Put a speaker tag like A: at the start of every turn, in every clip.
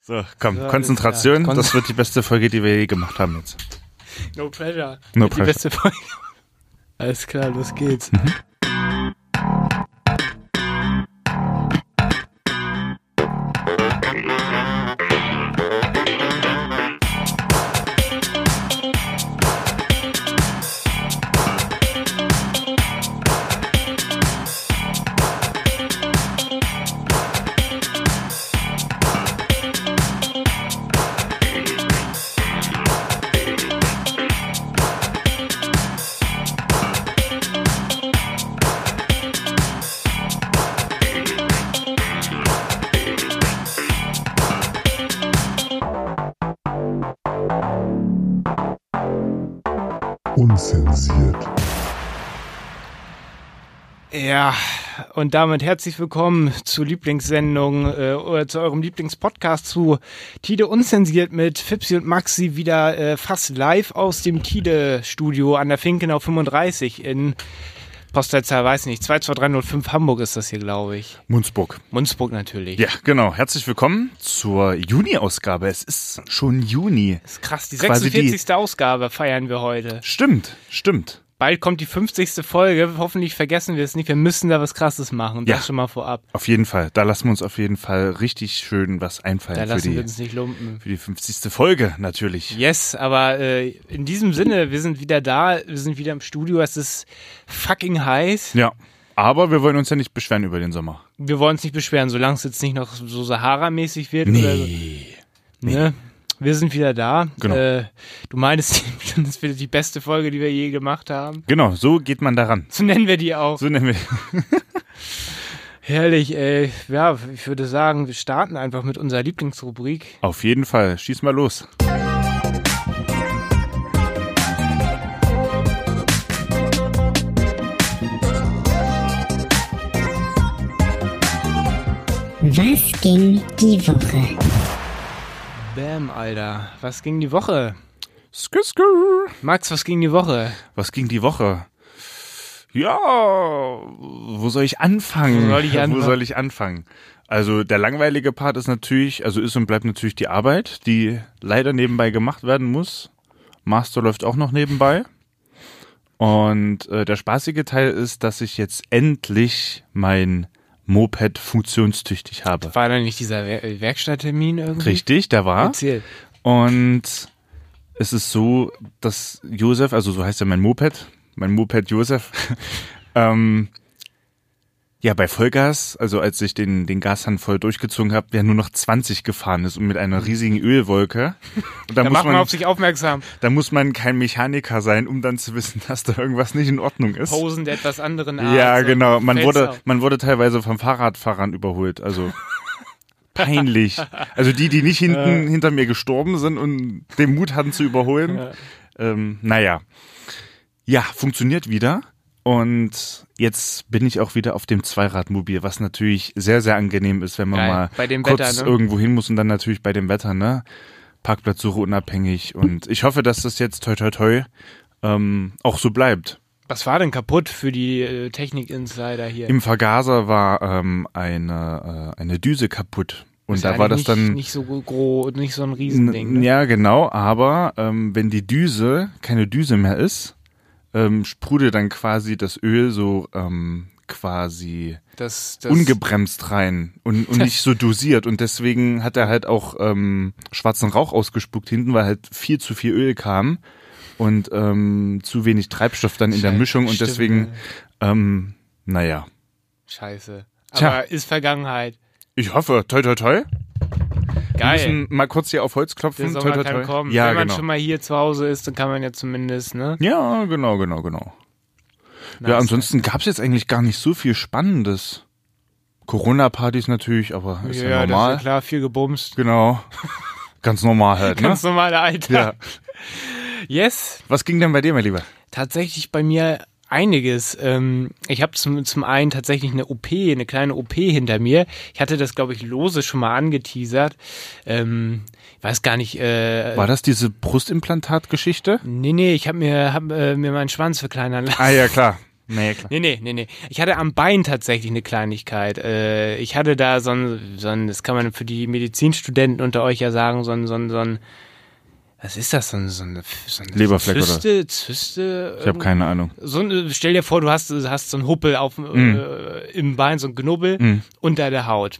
A: So, komm, so, Konzentration. Ja, das wird die beste Folge, die wir je gemacht haben jetzt.
B: No pressure.
A: No
B: wird
A: pressure.
B: Die beste Folge. Alles klar, los geht's. Mhm. Ja, und damit herzlich willkommen zur Lieblingssendung äh, oder zu eurem Lieblingspodcast zu Tide Unzensiert mit Fipsi und Maxi wieder äh, fast live aus dem Tide-Studio an der Finkenau 35 in Postleitzahl, weiß nicht, 22305 Hamburg ist das hier, glaube ich.
A: Munzburg.
B: Munzburg natürlich.
A: Ja, genau. Herzlich willkommen zur Juni-Ausgabe. Es ist schon Juni.
B: Ist krass, die
A: Quasi
B: 46. Ausgabe feiern wir heute.
A: Stimmt, stimmt.
B: Bald kommt die 50. Folge. Hoffentlich vergessen wir es nicht. Wir müssen da was Krasses machen. Das
A: Ja.
B: schon mal vorab.
A: Auf jeden Fall. Da lassen wir uns auf jeden Fall richtig schön was
B: Da
A: einfallen für,
B: lassen wir
A: die,
B: uns nicht lumpen.
A: für die 50. Folge natürlich.
B: Yes, aber äh, in diesem Sinne, wir sind wieder da. Wir sind wieder im Studio. Es ist fucking heiß.
A: Ja. Aber wir wollen uns ja nicht beschweren über den Sommer.
B: Wir wollen uns nicht beschweren, solange es jetzt nicht noch so Sahara-mäßig wird. Oder so,
A: Also,
B: ne? Wir sind wieder da.
A: Genau.
B: Äh, du meinst, das ist wieder die beste Folge, die wir je gemacht haben.
A: Genau, so geht man daran.
B: So nennen wir die auch.
A: So nennen wir.
B: Herrlich, ey. Ja, ich würde sagen, wir starten einfach mit unserer Lieblingsrubrik.
A: Auf jeden Fall. Schieß mal los.
C: Was ging die Woche?
B: Bam, Alter. Was ging die Woche?
A: Skü, skü.
B: Max, was ging die Woche?
A: Was ging die Woche? Ja, wo soll ich anfangen?
B: Wo soll ich anfangen?
A: Wo soll ich anfangen? Also der langweilige Part ist natürlich, also ist und bleibt natürlich die Arbeit, die leider nebenbei gemacht werden muss. Master läuft auch noch nebenbei. Und äh, der spaßige Teil ist, dass ich jetzt endlich mein Moped funktionstüchtig habe.
B: War da nicht dieser Wer äh, Werkstatttermin irgendwie?
A: Richtig, der war.
B: Erzähl.
A: Und es ist so, dass Josef, also so heißt ja mein Moped, mein Moped Josef, ähm, ja, bei Vollgas, also als ich den, den Gashahn voll durchgezogen habe, der nur noch 20 gefahren ist und mit einer riesigen Ölwolke. Und da,
B: Da
A: muss
B: macht man
A: man,
B: auf sich aufmerksam.
A: da muss man kein Mechaniker sein, um dann zu wissen, dass da irgendwas nicht in Ordnung ist.
B: Posen der etwas anderen Art.
A: Ja,
B: so.
A: genau. Man
B: Fällt's
A: wurde,
B: auf.
A: man wurde teilweise von Fahrradfahrern überholt. Also peinlich. Also die, die nicht hinten hinter mir gestorben sind und den Mut hatten zu überholen. Ähm, naja. Ja, funktioniert wieder. Und jetzt bin ich auch wieder auf dem Zweirad-Mobil, was natürlich sehr, sehr angenehm ist, wenn man
B: Geil.
A: mal
B: Bei dem
A: kurz
B: Wetter, ne?
A: irgendwo hin muss und dann natürlich bei dem Wetter, ne? Parkplatzsuche unabhängig. Und ich hoffe, dass das jetzt toi toi toi ähm, auch so bleibt.
B: Was war denn kaputt für die äh, Technik-Insider hier?
A: Im Vergaser war ähm, eine, äh, eine Düse kaputt. Und
B: Ist
A: da war das
B: eigentlich
A: dann.
B: Nicht, nicht so groß und nicht so ein Riesending. Ne?
A: ja, genau, aber ähm, wenn die Düse keine Düse mehr ist, ähm, sprudelt dann quasi das Öl so ähm, quasi
B: Das, das,
A: ungebremst rein und, und nicht so dosiert. Und deswegen hat er halt auch ähm, schwarzen Rauch ausgespuckt hinten, weil halt viel zu viel Öl kam und ähm, zu wenig Treibstoff dann in der
B: Scheiße,
A: Mischung. Und
B: stimmt,
A: deswegen, ähm, naja.
B: ne? Scheiße. Aber
A: Tja.
B: ist Vergangenheit.
A: Ich hoffe, toi toi toi.
B: Geil.
A: Wir müssen mal kurz hier auf Holz
B: der
A: klopfen.
B: Sommer
A: toi, toi,
B: kann
A: toi.
B: kommen.
A: Ja,
B: Wenn man
A: genau.
B: schon mal hier zu Hause ist, dann kann man ja zumindest, ne?
A: ja, genau, genau, genau. ja, ansonsten gab es jetzt eigentlich gar nicht so viel Spannendes. Corona-Partys natürlich, aber ist ja,
B: ja, das ist
A: normal.
B: ja klar, viel gebumst.
A: Genau. Ganz normal halt, ne?
B: Ganz normaler Alltag.
A: Ja.
B: Yes,
A: Was ging denn bei dir, mein Lieber?
B: tatsächlich bei mir einiges. Ähm, ich habe zum, zum einen tatsächlich eine OP, eine kleine OP hinter mir. Ich hatte das, glaube ich, lose schon mal angeteasert. Ähm, ich weiß gar nicht. Äh,
A: War das diese Brustimplantat-Geschichte?
B: nee, nee, ich habe mir, hab, äh, mir meinen Schwanz verkleinern lassen.
A: Ah ja, klar. Naja, klar.
B: Nee, nee, nee, nee. Ich hatte am Bein tatsächlich eine Kleinigkeit. Äh, ich hatte da so ein, so ein, das kann man für die Medizinstudenten unter euch ja sagen, so ein, so ein, so ein was ist das? So ein, so ein, so ein
A: Leberfleck, oder?
B: Zyste, Zyste?
A: Ich habe keine Ahnung.
B: so ein, stell dir vor, du hast, hast so einen Huppel auf, äh, im Bein, so einen Knubbel unter der Haut.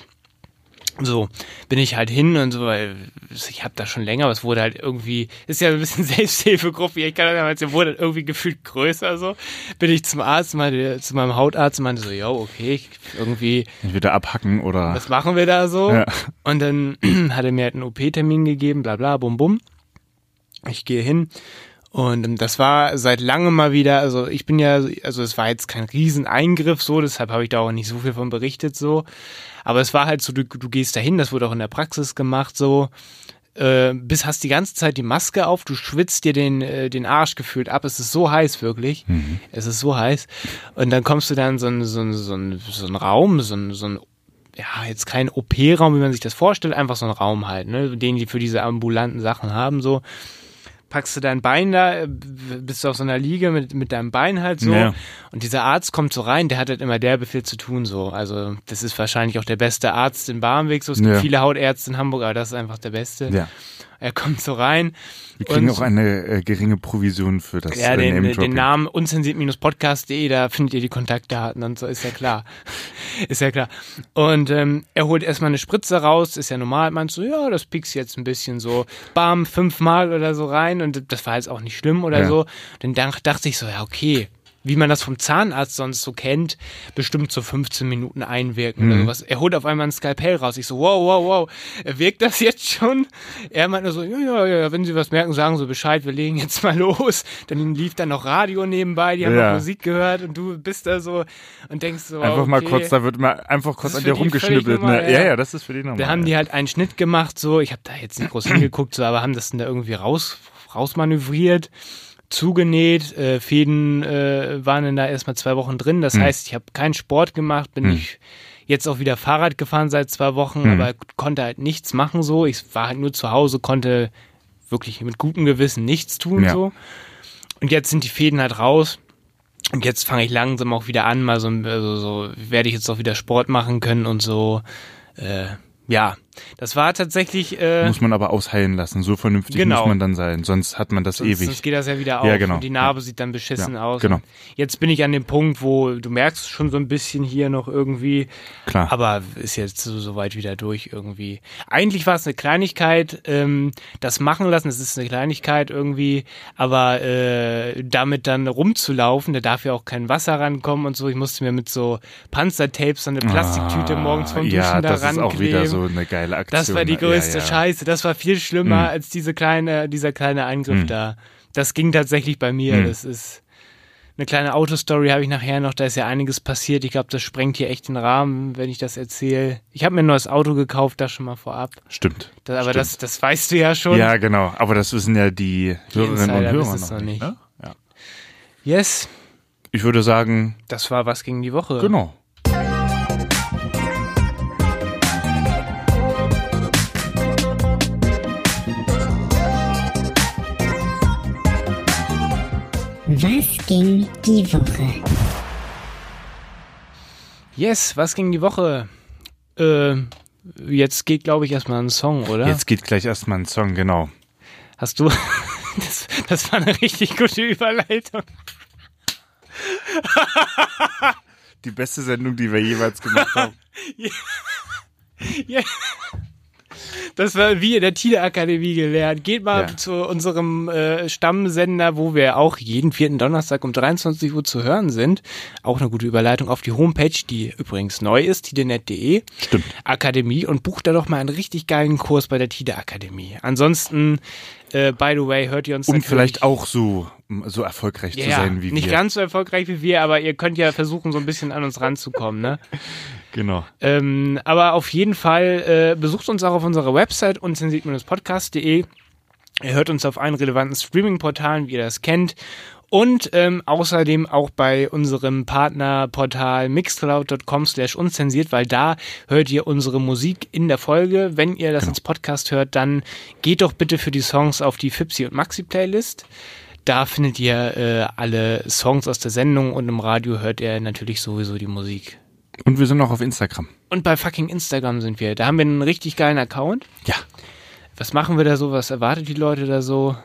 B: So, bin ich halt hin und so, weil ich habe da schon länger, aber es wurde halt irgendwie, ist ja ein bisschen Selbsthilfegruppe, ich kann das damals, wurde halt irgendwie gefühlt größer, so. Bin ich zum Arzt, meinte, zu meinem Hautarzt, und meinte so, ja, okay, ich, irgendwie,
A: Entweder abhacken oder.
B: was machen wir da so?
A: Ja.
B: Und dann hat er mir halt einen OP-Termin gegeben, bla bla, bum bum. Ich gehe hin. Und ähm, das war seit langem mal wieder, also ich bin ja, also es war jetzt kein Rieseneingriff so, deshalb habe ich da auch nicht so viel von berichtet so. Aber es war halt so, du, du gehst dahin, das wurde auch in der Praxis gemacht so. Äh, bis hast die ganze Zeit die Maske auf, du schwitzt dir den, äh, den Arsch gefühlt ab. Es ist so heiß, wirklich.
A: Mhm.
B: Es ist so heiß. Und dann kommst du dann in so einen so einen- so einen- so einen Raum, so einen so einen ja, jetzt kein OP-Raum, wie man sich das vorstellt, einfach so ein Raum halt, ne, den die für diese ambulanten Sachen haben, so. Packst du dein Bein da, äh, b- bist du auf so einer Liege mit, mit deinem Bein halt so.
A: Ja.
B: Und dieser Arzt kommt so rein, der hat halt immer derbe viel zu tun, so. Also, das ist wahrscheinlich auch der beste Arzt in Barmbek, so. Es gibt
A: Ja.
B: viele Hautärzte in Hamburg, aber das ist einfach der beste.
A: Ja.
B: Er kommt so rein.
A: Wir kriegen
B: und-
A: auch eine äh, geringe Provision für das
B: ja,
A: äh,
B: den,
A: Name-Dropping.
B: den Namen unzensiert-podcast.de, da findet ihr die Kontaktdaten und so, ist ja klar. ist ja klar. Und ähm, er holt erstmal eine Spritze raus, ist ja normal, meinst du, ja, das piekst jetzt ein bisschen so, bam, fünfmal oder so rein und das war jetzt auch nicht schlimm oder
A: Ja.
B: so. Dann dach, dachte ich so, ja, okay. Wie man das vom Zahnarzt sonst so kennt, bestimmt so 15 Minuten einwirken
A: Mhm.
B: oder sowas. Er holt auf einmal ein Skalpell raus. Ich so, wow, wow, wow, wirkt das jetzt schon? Er meint nur so, ja, ja, ja, wenn Sie was merken, sagen Sie Bescheid, wir legen jetzt mal los. Dann lief dann noch Radio nebenbei, die haben
A: Ja.
B: noch Musik gehört und du bist da so und denkst so,
A: Einfach
B: okay.
A: mal kurz, da wird mal einfach kurz
B: Das
A: an
B: ist
A: dir
B: für die völlig
A: rumgeschnippelt.
B: normal,
A: Ne?
B: ja.
A: Ja, ja, das ist für die normal.
B: Da haben
A: ja.
B: die halt einen Schnitt gemacht, so, ich habe da jetzt nicht groß hingeguckt, so, aber haben das dann da irgendwie raus, rausmanövriert, zugenäht, äh, Fäden äh, waren dann da erstmal zwei Wochen drin. Das heißt, ich habe keinen Sport gemacht, bin nicht jetzt auch wieder Fahrrad gefahren seit zwei Wochen, aber konnte halt nichts machen so. Ich war halt nur zu Hause, konnte wirklich mit gutem Gewissen nichts tun
A: Ja.
B: so. Und jetzt sind die Fäden halt raus. Und jetzt fange ich langsam auch wieder an, mal so, also so werde ich jetzt auch wieder Sport machen können und so. Äh, ja, das war tatsächlich. Äh,
A: Muss man aber ausheilen lassen. So vernünftig
B: Genau.
A: muss man dann sein. Sonst hat man das
B: Sonst,
A: ewig.
B: sonst geht das ja wieder auf.
A: Ja, genau.
B: Und die Narbe sieht dann beschissen
A: Ja,
B: aus.
A: genau.
B: Und Jetzt bin ich an dem Punkt, wo du merkst schon so ein bisschen hier noch irgendwie,
A: Klar.
B: aber ist jetzt so, so weit wieder durch irgendwie. Eigentlich war es eine Kleinigkeit, ähm, das machen lassen, das ist eine Kleinigkeit irgendwie, aber äh, damit dann rumzulaufen, da darf ja auch kein Wasser rankommen und so. Ich musste mir mit so Panzertapes so eine Plastiktüte morgens vom Duschen
A: Ah, ja,
B: da
A: das ist auch wieder
B: rankleben.
A: so eine geile Aktion.
B: Das war die größte
A: ja, Mhm. ja.
B: Scheiße. Das war viel schlimmer als diese kleine, dieser kleine
A: Mhm.
B: Angriff da. Das ging tatsächlich bei mir. Das ist eine kleine Autostory habe ich nachher noch. Da ist ja einiges passiert. Ich glaube, das sprengt hier echt den Rahmen, wenn ich das erzähle. Ich habe mir ein neues Auto gekauft, das schon mal vorab.
A: Stimmt.
B: Da- aber das, das weißt du ja schon.
A: ja, genau. Aber das wissen ja die Hörerinnen und
B: Insider
A: Hörer
B: wissen
A: noch
B: es noch
A: nicht.
B: nicht.
A: Ne? Ja.
B: Yes,
A: Ich würde sagen,
B: das war was gegen die Woche.
A: genau.
C: Was ging die Woche?
B: Yes, was gegen die Woche. Ähm, jetzt geht, glaube ich, erstmal ein Song, oder?
A: Jetzt geht gleich erstmal ein Song, genau.
B: Hast du. Das, das war eine richtig gute Überleitung.
A: Die beste Sendung, die wir jeweils gemacht haben.
B: Das war wie in der Tide-Akademie gelernt. Geht mal
A: Ja.
B: zu unserem äh, Stammsender, wo wir auch jeden vierten Donnerstag um 23 Uhr zu hören sind. Auch eine gute Überleitung auf die Homepage, die übrigens neu ist, tidenet.de.
A: Stimmt. Um
B: Akademie und bucht da doch mal einen richtig geilen Kurs bei der Tide-Akademie. Ansonsten, äh, by the way, hört ihr uns
A: Um
B: natürlich-
A: vielleicht auch so, um so erfolgreich
B: ja,
A: zu sein wie
B: nicht
A: wir.
B: ganz so erfolgreich wie wir, aber ihr könnt ja versuchen, so ein bisschen an uns ranzukommen, ne?
A: Genau.
B: Ähm, aber auf jeden Fall äh, besucht uns auch auf unserer Website unzensiert-podcast.de. Ihr hört uns auf allen relevanten Streaming-Portalen, wie ihr das kennt. Und ähm, außerdem auch bei unserem Partnerportal mixcloud.com slash unzensiert, weil da hört ihr unsere Musik in der Folge. Wenn ihr das als Podcast hört, dann geht doch bitte für die Songs auf die Fipsi und Maxi-Playlist. Da findet ihr äh, alle Songs aus der Sendung und im Radio hört ihr natürlich sowieso die Musik.
A: Und wir sind auch auf Instagram.
B: Und bei fucking Instagram sind wir. Da haben wir einen richtig geilen Account.
A: Ja.
B: Was machen wir da so? Was erwartet die Leute da so?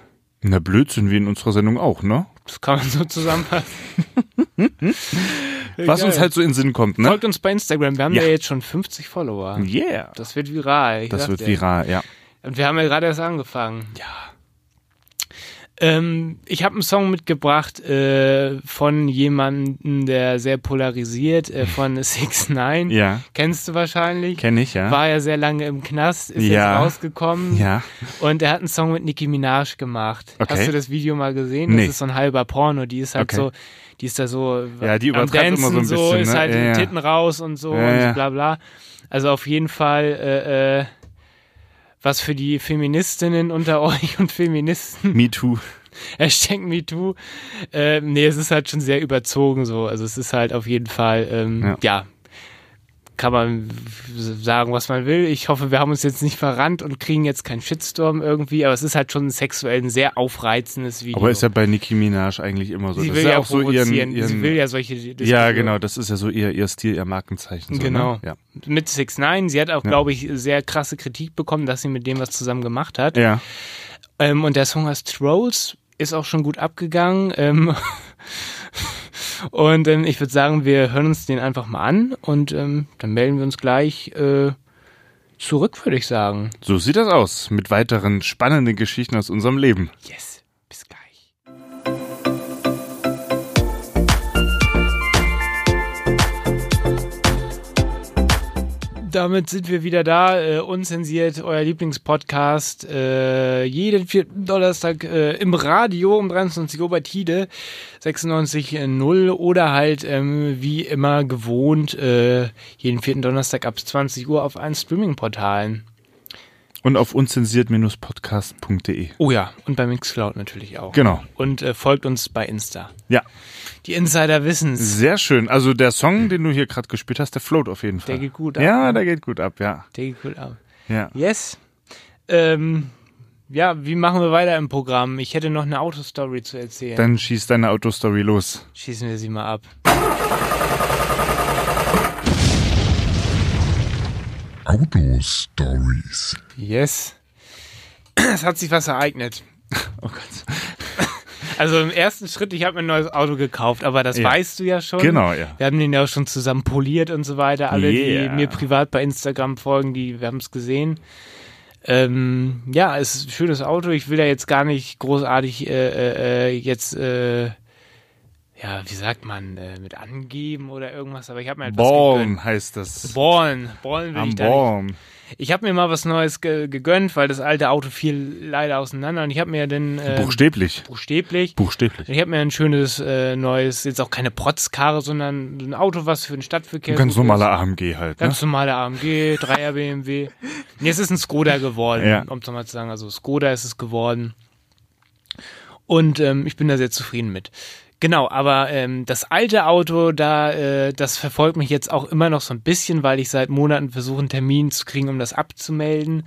A: Na, blöd sind wir in unserer Sendung auch, ne?
B: Das kann man so zusammenfassen.
A: Was uns halt so in den Sinn kommt, ne?
B: Folgt uns bei Instagram. Wir haben ja,
A: Ja.
B: jetzt schon 50 Follower.
A: Yeah.
B: Das wird viral. ich
A: Das
B: sag
A: wird
B: dir.
A: viral, ja.
B: Und wir haben ja gerade erst angefangen.
A: Ja.
B: Ähm, ich habe einen Song mitgebracht äh, von jemandem, der sehr polarisiert, äh, von 6 9
A: Ja.
B: Kennst du wahrscheinlich.
A: Kenne ich, ja.
B: War ja sehr lange im Knast, ist
A: Ja.
B: jetzt rausgekommen.
A: ja.
B: Und er hat einen Song mit Nicki Minaj gemacht.
A: Okay.
B: Hast du das Video mal gesehen?
A: Nee.
B: Das ist so ein halber Porno. Die ist halt
A: Okay.
B: so, die ist da so
A: Ja, die
B: am
A: übertreibt immer so ein
B: Dancen so
A: bisschen,
B: ist
A: ne?
B: halt
A: Ja,
B: die
A: ja.
B: Titten raus und so
A: Ja,
B: und
A: ja.
B: bla bla. Also auf jeden Fall äh, äh, was für die Feministinnen unter euch und Feministen.
A: Me too.
B: Hashtag MeToo. Äh, nee, es ist halt schon sehr überzogen so. Also es ist halt auf jeden Fall, ähm, ja.
A: Ja.
B: kann man sagen, was man will. Ich hoffe, wir haben uns jetzt nicht verrannt und kriegen jetzt keinen Shitstorm irgendwie, aber es ist halt schon sexuell ein sehr aufreizendes Video.
A: Aber ist ja bei Nicki Minaj eigentlich immer so.
B: sie
A: das
B: will
A: ist
B: ja
A: auch so ihren,
B: provozieren.
A: ihren
B: sie will ja solche Diskussionen.
A: Ja, genau, das ist ja so ihr, ihr Stil, ihr Markenzeichen. So,
B: Genau.
A: Ne? Ja.
B: Mit 6 9 Sie hat auch, glaube ich, sehr krasse Kritik bekommen, dass sie mit dem was zusammen gemacht hat.
A: ja.
B: Ähm, und der Song heißt Trolls, ist auch schon gut abgegangen. Ähm, und ähm, ich würde sagen, wir hören uns den einfach mal an und ähm, dann melden wir uns gleich äh, zurück, würde ich sagen.
A: So sieht das aus mit weiteren spannenden Geschichten aus unserem Leben.
B: Yes, bis gleich. Damit sind wir wieder da, äh, unzensiert, euer Lieblingspodcast, äh, jeden vierten Donnerstag äh, im Radio um 23 Uhr bei Tide 96.0 oder halt ähm, wie immer gewohnt äh, jeden vierten Donnerstag ab 20 Uhr auf allen Streaming-Portalen.
A: Und auf unzensiert-podcast.de.
B: Oh ja, und bei Mixcloud natürlich auch.
A: Genau.
B: Und äh, folgt uns bei Insta.
A: Ja,
B: Die Insider wissen's.
A: sehr schön. Also der Song, den du hier gerade gespielt hast, der float auf jeden Fall.
B: Hm. Der geht gut ab. ne?
A: Ja, der geht gut ab, ja.
B: Der geht cool ab.
A: Ja.
B: Yes. Ähm, ja, wie machen wir weiter im Programm? Ich hätte noch eine Autostory zu erzählen.
A: Dann schießt deine Autostory los.
B: Schießen wir sie mal ab.
D: Outdoor Stories.
B: Yes. Es hat sich was ereignet.
A: Oh Gott.
B: Also im ersten Schritt, ich habe mir ein neues Auto gekauft, aber das
A: Ja.
B: weißt du ja schon.
A: Genau, ja.
B: Wir haben den ja auch schon zusammen poliert und so weiter. Alle,
A: Yeah.
B: die mir privat bei Instagram folgen, die wir haben es gesehen. Ähm, ja, es ist ein schönes Auto. Ich will ja jetzt gar nicht großartig äh, äh, äh, jetzt, äh, ja, wie sagt man, äh, mit angeben oder irgendwas, aber ich habe mir halt was gegönnt.
A: Born heißt das.
B: Born. Born will
A: Am
B: ich da nicht.
A: Born.
B: Ich habe mir mal was Neues ge gegönnt, weil das alte Auto fiel leider auseinander und ich habe mir dann äh,
A: Buchstäblich.
B: buchstäblich
A: Buchstäblich.
B: ich habe mir ein schönes äh, neues, jetzt auch keine Protzkarre, sondern so ein Auto, was für den Stadtverkehr.
A: Ein ganz
B: gut ist.
A: normaler AMG halt. Ne?
B: Ganz normaler AMG, 3er BMW. Nee, es ist ein Skoda geworden,
A: Ja.
B: um es nochmal zu sagen. Also Skoda ist es geworden. Und ähm, ich bin da sehr zufrieden mit. Genau, aber ähm, das alte Auto, da, äh, das verfolgt mich jetzt auch immer noch so ein bisschen, weil ich seit Monaten versuche, einen Termin zu kriegen, um das abzumelden.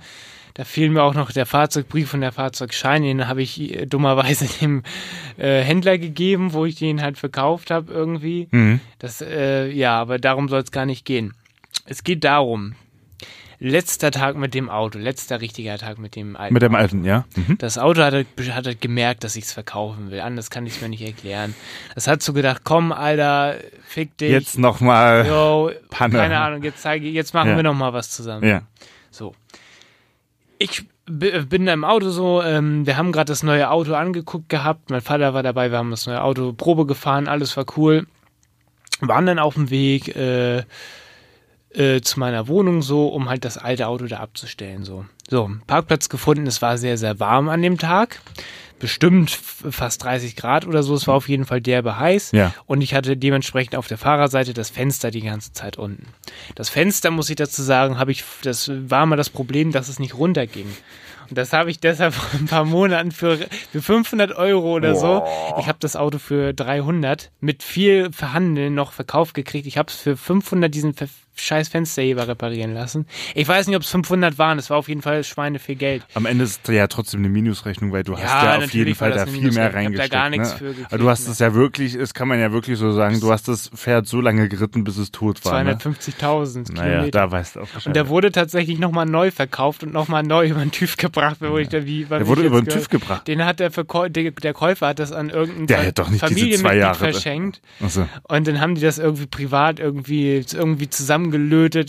B: Da fehlen mir auch noch der Fahrzeugbrief und der Fahrzeugschein. Den habe ich äh, dummerweise dem äh, Händler gegeben, wo ich den halt verkauft habe irgendwie.
A: Mhm.
B: Das, äh, ja, aber darum soll es gar nicht gehen. Es geht darum, letzter Tag mit dem Auto, letzter richtiger Tag mit dem alten
A: Mit dem alten, ja. Mhm.
B: das Auto hat, hat halt gemerkt, dass ich es verkaufen will. Anders kann ich es mir nicht erklären. Das hat so gedacht, komm, Alter, fick dich.
A: Jetzt nochmal.
B: yo,
A: Panne.
B: Keine Ahnung, jetzt zeige ich, jetzt machen
A: Ja.
B: wir noch mal was zusammen.
A: Ja.
B: So. Ich b- bin da im Auto so, ähm, wir haben gerade das neue Auto angeguckt gehabt, mein Vater war dabei, wir haben das neue Auto Probe gefahren, alles war cool. Waren dann auf dem Weg äh, äh, zu meiner Wohnung so, um halt das alte Auto da abzustellen. So, so Parkplatz gefunden, es war sehr, sehr warm an dem Tag. Bestimmt f- fast 30 Grad oder so, es war auf jeden Fall derbe heiß.
A: Ja.
B: Und ich hatte dementsprechend auf der Fahrerseite das Fenster die ganze Zeit unten. Das Fenster, muss ich dazu sagen, habe ich, das war mal das Problem, dass es nicht runterging. Und das habe ich deshalb vor ein paar Monaten für, für 500 Euro oder so. Ich habe das Auto für 300 mit viel Verhandeln noch verkauft gekriegt. Ich habe es für 500 diesen ver- scheiß Fensterheber reparieren lassen. Ich weiß nicht, ob es 500 waren. Es war auf jeden Fall Schweine viel Geld.
A: Am Ende ist ja trotzdem eine Minusrechnung, weil du hast
B: Ja,
A: ja auf
B: natürlich
A: jeden
B: war
A: Fall
B: das
A: da
B: eine
A: viel mehr
B: Minusrechnung. Ich
A: reingesteckt.
B: hab da gar nichts
A: ne?
B: für gekriegt,
A: Aber du hast
B: ne?
A: es ja wirklich, es kann man ja wirklich so sagen, du hast das Pferd so lange geritten, bis es tot war. Ne?
B: 250.000
A: Naja,
B: Kilometer.
A: da weißt du auch
B: Und der
A: Bescheid.
B: wurde tatsächlich nochmal neu verkauft und nochmal neu über den TÜV gebracht, wo ich da wie was
A: Der
B: ich
A: wurde
B: jetzt
A: über den
B: gehört-
A: TÜV gebracht.
B: Den hat der, Verkäu der, der Käufer hat das an irgendeinen
A: Der hätte doch nicht diese zwei
B: Familienmitglied
A: Jahre-
B: verschenkt.
A: Achso.
B: Und dann haben die das irgendwie privat irgendwie, irgendwie zusammengelötet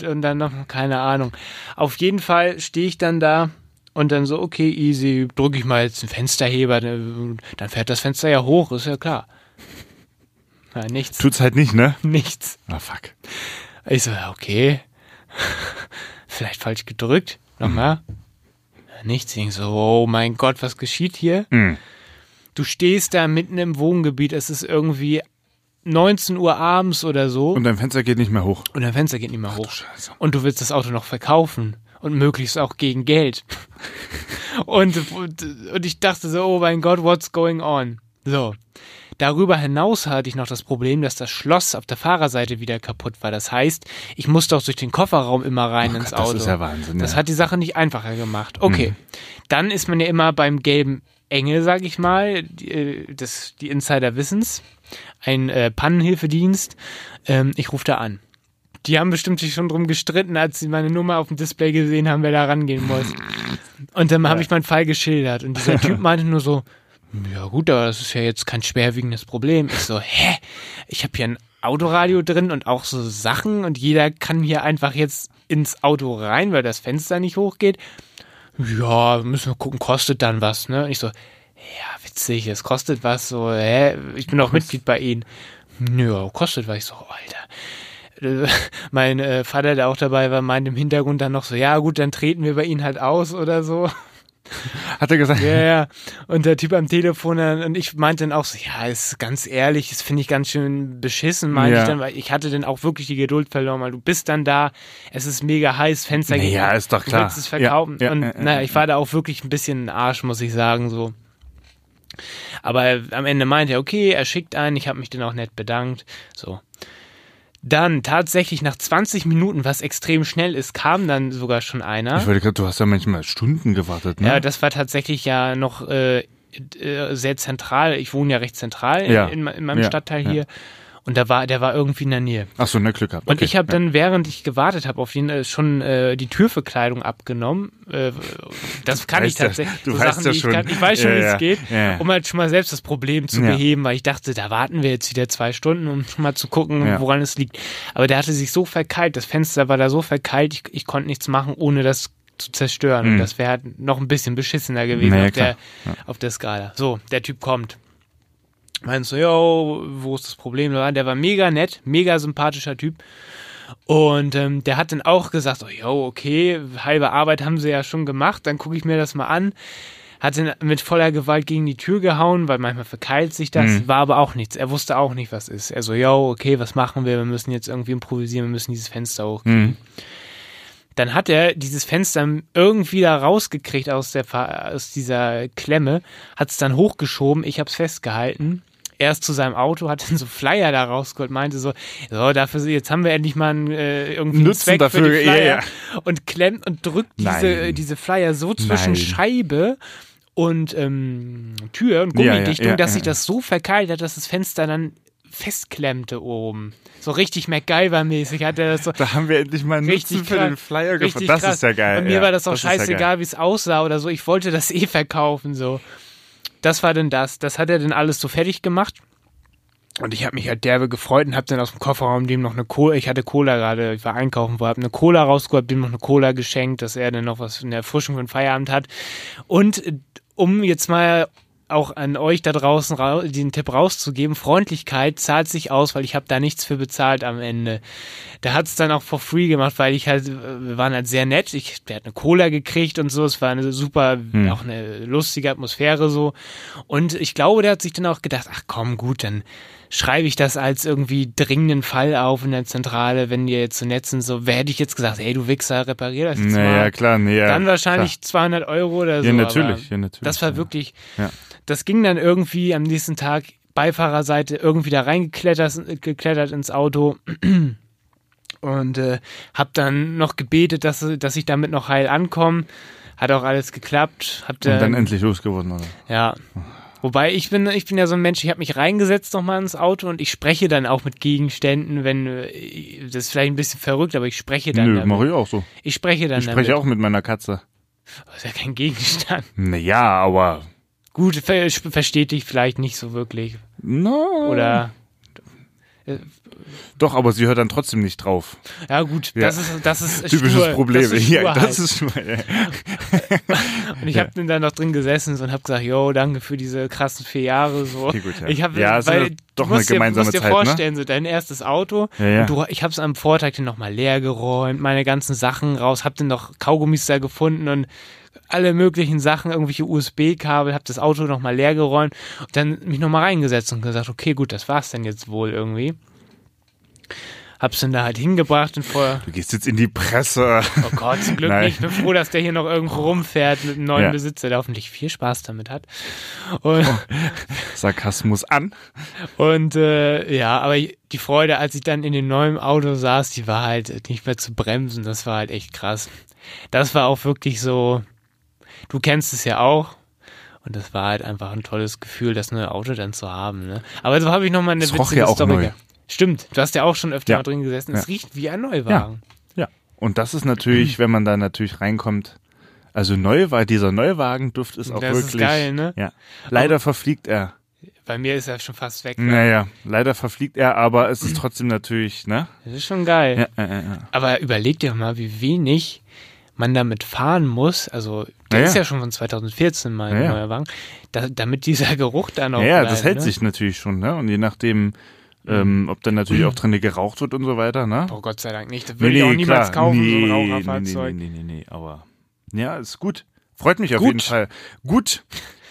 B: und dann noch, keine Ahnung. Auf jeden Fall stehe ich dann da und dann so, okay, easy, drücke ich mal jetzt einen Fensterheber, ne, dann fährt das Fenster ja hoch, ist ja klar. Ja, nichts,
A: Tut's halt nicht, ne?
B: nichts.
A: Ah, fuck.
B: Ich so, ja, okay. Vielleicht falsch gedrückt. Nochmal. Nichts. Ich so, oh mein Gott, was geschieht hier?
A: Mhm.
B: Du stehst da mitten im Wohngebiet. Es ist irgendwie 19 Uhr abends oder so.
A: Und dein Fenster geht nicht mehr hoch.
B: Und dein Fenster geht nicht mehr hoch.
A: Scheiße.
B: Und du willst das Auto noch verkaufen. Und möglichst auch gegen Geld. und, und, und ich dachte so, oh mein Gott, what's going on? So. Darüber hinaus hatte ich noch das Problem, dass das Schloss auf der Fahrerseite wieder kaputt war. Das heißt, ich musste auch durch den Kofferraum immer rein ins
A: Oh Gott, das
B: Auto.
A: ist ja Wahnsinn,
B: Das
A: ja. Mhm.
B: hat die Sache nicht einfacher gemacht. Okay. Dann ist man ja immer beim gelben Engel, sag ich mal. Die, äh, das, die Insider wissen's. Ein äh, Pannenhilfedienst. Ähm, ich rufe da an. Die haben bestimmt sich schon drum gestritten, als sie meine Nummer auf dem Display gesehen haben, wer da rangehen muss. Und dann habe ich meinen Fall geschildert. Und dieser Typ meinte nur so, ja gut, aber das ist ja jetzt kein schwerwiegendes Problem. Ich so, hä? Ich habe hier ein Autoradio drin und auch so Sachen und jeder kann hier einfach jetzt ins Auto rein, weil das Fenster nicht hochgeht. Ja, müssen wir gucken, kostet dann was, ne? Und ich so, ja, witzig, es kostet was, so, hä? Ich bin auch Mitglied bei ihnen. Nö, kostet was. Ich so, Alter äh, mein äh, Vater, der auch dabei war, meint im Hintergrund dann noch so, ja gut, dann treten wir bei ihnen halt aus oder so.
A: Hat er gesagt,
B: Ja, ja. Und der Typ am Telefon dann, und ich meinte dann auch so, ja, ist ganz ehrlich, das finde ich ganz schön beschissen, meinte
A: Ja.
B: ich dann, weil ich hatte dann auch wirklich die Geduld verloren, weil du bist dann da, es ist mega heiß, Fenster geht
A: Naja,
B: auf,
A: ist doch
B: Du
A: klar.
B: willst es verkaufen.
A: Ja, ja,
B: und
A: ja, ja,
B: naja, ich war da auch wirklich ein bisschen ein Arsch, muss ich sagen, so. Aber am Ende meinte er, okay, er schickt einen, ich habe mich dann auch nett bedankt, so. Dann tatsächlich nach 20 Minuten, was extrem schnell ist, kam dann sogar schon einer.
A: ich wollte gerade, du hast ja manchmal Stunden gewartet, ne?
B: Ja, das war tatsächlich ja noch äh, äh, sehr zentral. Ich wohne ja recht zentral in,
A: Ja.
B: in, me- in meinem
A: Ja.
B: Stadtteil
A: Ja.
B: hier. Und da war, der war irgendwie in der Nähe.
A: Ach so, ne, Glück gehabt.
B: Und
A: Okay.
B: ich habe dann, während ich gewartet habe, auf den äh, schon äh, die Türverkleidung abgenommen. Äh, das kann ich
A: weißt ja-
B: tatsächlich.
A: du
B: so
A: weißt
B: Sachen,
A: ja
B: die ich,
A: schon.
B: kann, ich weiß schon,
A: Ja,
B: wie es
A: ja.
B: geht,
A: Ja.
B: um halt schon mal selbst das Problem zu
A: Ja.
B: beheben, weil ich dachte, da warten wir jetzt wieder zwei Stunden, um schon mal zu gucken,
A: Ja.
B: woran es liegt. Aber der hatte sich so verkeilt, das Fenster war da so verkeilt, ich, ich konnte nichts machen, ohne das zu zerstören.
A: Mhm.
B: Und das wäre halt noch ein bisschen beschissener gewesen
A: Naja,
B: auf, der,
A: klar.
B: auf der Skala. So, der Typ kommt. Meinst du, yo, wo ist das Problem? Der war mega nett, mega sympathischer Typ. Und ähm, der hat dann auch gesagt, oh, yo, okay, halbe Arbeit haben sie ja schon gemacht, dann gucke ich mir das mal an. Hat dann mit voller Gewalt gegen die Tür gehauen, weil manchmal verkeilt sich das,
A: Mhm.
B: war aber auch nichts. Er wusste auch nicht, was ist. Er so, yo, okay, was machen wir? Wir müssen jetzt irgendwie improvisieren, wir müssen dieses Fenster hoch.
A: Mhm.
B: Dann hat er dieses Fenster irgendwie da rausgekriegt aus, der, Fa- aus dieser Klemme, hat es dann hochgeschoben, ich habe es festgehalten. Er ist zu seinem Auto, hat dann so Flyer da rausgeholt, meinte so, so dafür, jetzt haben wir endlich mal einen, äh, irgendwie einen
A: Nutzen
B: Zweck für
A: dafür,
B: die
A: ja,
B: Flyer.
A: ja.
B: Und klemmt und drückt diese,
A: Nein.
B: diese Flyer so zwischen
A: Nein.
B: Scheibe und ähm, Tür und
A: Ja, ja,
B: Gummidichtung,
A: ja,
B: dass
A: ja,
B: sich
A: ja.
B: das so verkeilt hat, dass das Fenster dann festklemmte oben. So richtig MacGyver-mäßig hat er das so
A: da haben wir endlich mal einen Nutzen
B: richtig
A: für
B: krass.
A: den Flyer gefunden.
B: richtig
A: Das
B: krass.
A: ist ja geil.
B: Und mir
A: ja.
B: war das auch
A: ist ja
B: scheißegal, wie es aussah oder so. Ich wollte das eh verkaufen, so. Das war denn das. Das hat er dann alles so fertig gemacht. Und ich habe mich halt derbe gefreut und habe dann aus dem Kofferraum dem noch eine Cola, ich hatte Cola gerade, ich war einkaufen, wo habe eine Cola rausgeholt, dem noch eine Cola geschenkt, dass er dann noch was in der Erfrischung für den Feierabend hat. Und äh, um jetzt mal auch an euch da draußen rau- den Tipp rauszugeben, Freundlichkeit zahlt sich aus, weil ich habe da nichts für bezahlt am Ende. Da hat's dann auch for free gemacht, weil ich halt, äh, wir waren halt sehr nett. Ich, der hat eine Cola gekriegt und so. Es war eine super,
A: Hm.
B: auch eine lustige Atmosphäre so. Und ich glaube, der hat sich dann auch gedacht, ach komm, gut, dann schreibe ich das als irgendwie dringenden Fall auf in der Zentrale, wenn ihr jetzt so nett sind, so, wer hätte ich jetzt gesagt, hey, du Wichser, reparier das jetzt mal.
A: Naja, klar, nee, ja,
B: Dann wahrscheinlich 200 Euro oder so.
A: Ja,
B: aber
A: natürlich, ja, natürlich.
B: Das war
A: ja.
B: wirklich,
A: Ja.
B: das ging dann irgendwie am nächsten Tag Beifahrerseite irgendwie da reingeklettert geklettert ins Auto. und äh, habe dann noch gebetet, dass, dass ich damit noch heil ankomme. Hat auch alles geklappt. Hab
A: Und dann endlich losgeworden, oder?
B: ja. Wobei ich bin, ich bin ja so ein Mensch, ich habe mich reingesetzt nochmal ins Auto und ich spreche dann auch mit Gegenständen, wenn äh, das ist vielleicht ein bisschen verrückt, aber ich spreche dann
A: Nö,
B: damit.
A: mach ich auch so.
B: Ich spreche dann
A: Ich spreche
B: damit.
A: auch mit meiner Katze.
B: Das ist ja kein Gegenstand.
A: Naja, aber.
B: Gut, ver versteht dich vielleicht nicht so wirklich.
A: No.
B: Oder
A: Doch, aber sie hört dann trotzdem nicht drauf.
B: ja gut,
A: Ja.
B: das ist das ist
A: Typisches
B: stur,
A: Problem.
B: Das ist halt.
A: ja,
B: Sturheit.
A: das ist meine.
B: Und ich habe dann da noch drin gesessen so und habe gesagt, yo, danke für diese krassen vier Jahre. So.
A: Okay, gut, ja.
B: Ich hab,
A: Ja, es ist
B: weil,
A: ja doch
B: du musst
A: eine
B: dir-
A: gemeinsame
B: musst dir
A: Zeit, ne?
B: vorstellen, so dein erstes Auto.
A: Ja, ja.
B: Und du, ich habe es am Vortag dann nochmal leer geräumt, meine ganzen Sachen raus, habe dann noch Kaugummis da gefunden und alle möglichen Sachen, irgendwelche USB-Kabel, habe das Auto nochmal leer geräumt und dann mich nochmal reingesetzt und gesagt, okay, gut, das war's denn jetzt wohl irgendwie. Hab's dann da halt hingebracht und vorher,
A: Du gehst jetzt in die Presse.
B: oh Gott, zum Glück
A: Nein.
B: nicht. Ich bin froh, dass der hier noch irgendwo rumfährt mit einem neuen
A: Ja.
B: Besitzer, der hoffentlich viel Spaß damit hat. Und,
A: Sarkasmus an.
B: und äh, ja, aber die Freude, als ich dann in dem neuen Auto saß, die war halt nicht mehr zu bremsen. Das war halt echt krass. Das war auch wirklich so, du kennst es ja auch. Und das war halt einfach ein tolles Gefühl, das neue Auto dann zu haben. Ne? Aber so habe ich nochmal eine
A: Es
B: witzige
A: roch ja auch
B: Story.
A: neu.
B: ge- Stimmt, du hast ja auch schon öfter
A: Ja.
B: mal drin gesessen. Es
A: Ja.
B: riecht wie ein Neuwagen.
A: Ja. Und das ist natürlich, wenn man da natürlich reinkommt, also Neuwagen, dieser Neuwagenduft ist auch
B: Das ist
A: wirklich.
B: geil, ne?
A: Ja. Leider verfliegt er.
B: Bei mir ist er schon fast weg. ne?
A: Naja, leider verfliegt er, aber es ist trotzdem natürlich, ne?
B: Das ist schon geil.
A: Ja, ja, ja, ja.
B: Aber überleg dir mal, wie wenig man damit fahren muss. Also, der
A: Ja,
B: ist
A: ja.
B: ja schon von 2014 mal ein
A: Ja, ja.
B: neuer Wagen, da, damit dieser Geruch da noch.
A: Ja, ja,
B: bleibt,
A: das hält
B: ne? Mhm.
A: sich natürlich schon, ne? Und je nachdem, ähm, ob dann natürlich auch drinne geraucht wird und so weiter, ne?
B: Oh Gott sei Dank nicht. Das würde ich auch niemals
A: klar.
B: kaufen,
A: nee,
B: so ein
A: Nee,
B: Raucherfahrzeug.
A: nee, nee, nee, nee, aber. Ja, ist gut. Freut mich auf
B: Gut.
A: jeden Fall. Gut.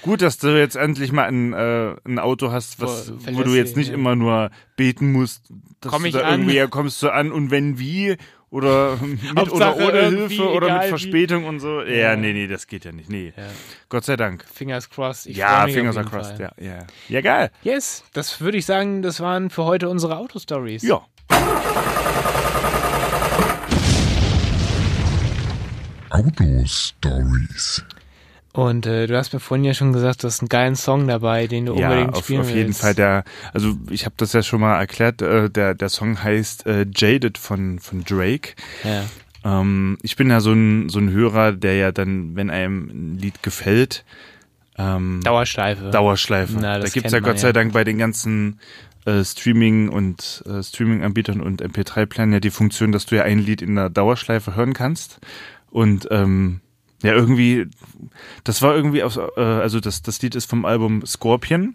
A: Gut, dass du jetzt endlich mal ein, äh, ein Auto hast, was,
B: Voll
A: wo du jetzt
B: verlässlich,
A: nicht
B: ja.
A: immer nur beten musst, dass
B: Komm
A: du
B: ich
A: da
B: an?
A: irgendwie ja, kommst du an und wenn wie oder mit oder
B: Hauptsache
A: ohne
B: irgendwie,
A: Hilfe oder mit
B: egal wie.
A: Verspätung und so. Ja, nee, nee, das geht ja nicht. Nee. Gott sei Dank.
B: Fingers crossed. Ich freu
A: ja,
B: mich
A: Fingers
B: auf jeden
A: crossed.
B: Fall.
A: Ja, ja. Ja, geil.
B: Yes, das würde ich sagen, das waren für heute unsere Autostories.
A: Ja.
D: Auto Stories.
B: Und äh, du hast mir vorhin ja schon gesagt, du hast einen geilen Song dabei, den du
A: Ja,
B: unbedingt
A: auf,
B: spielen
A: auf jeden
B: willst.
A: Fall. Der, also ich habe das ja schon mal erklärt. Äh, der, der Song heißt äh, Jaded von, von Drake.
B: Ja.
A: Ähm, ich bin ja so ein, so ein Hörer, der ja dann, wenn einem ein Lied gefällt, ähm,
B: Dauerschleife.
A: Dauerschleife.
B: Na,
A: da
B: das
A: gibt's
B: kennt
A: ja
B: man
A: Gott sei
B: ja.
A: Dank bei den ganzen äh, Streaming- und äh, Streaming-Anbietern und MP3-Playern ja die Funktion, dass du ja ein Lied in der Dauerschleife hören kannst. Und ähm, ja, irgendwie, das war irgendwie aus, äh, also das, das Lied ist vom Album Scorpion.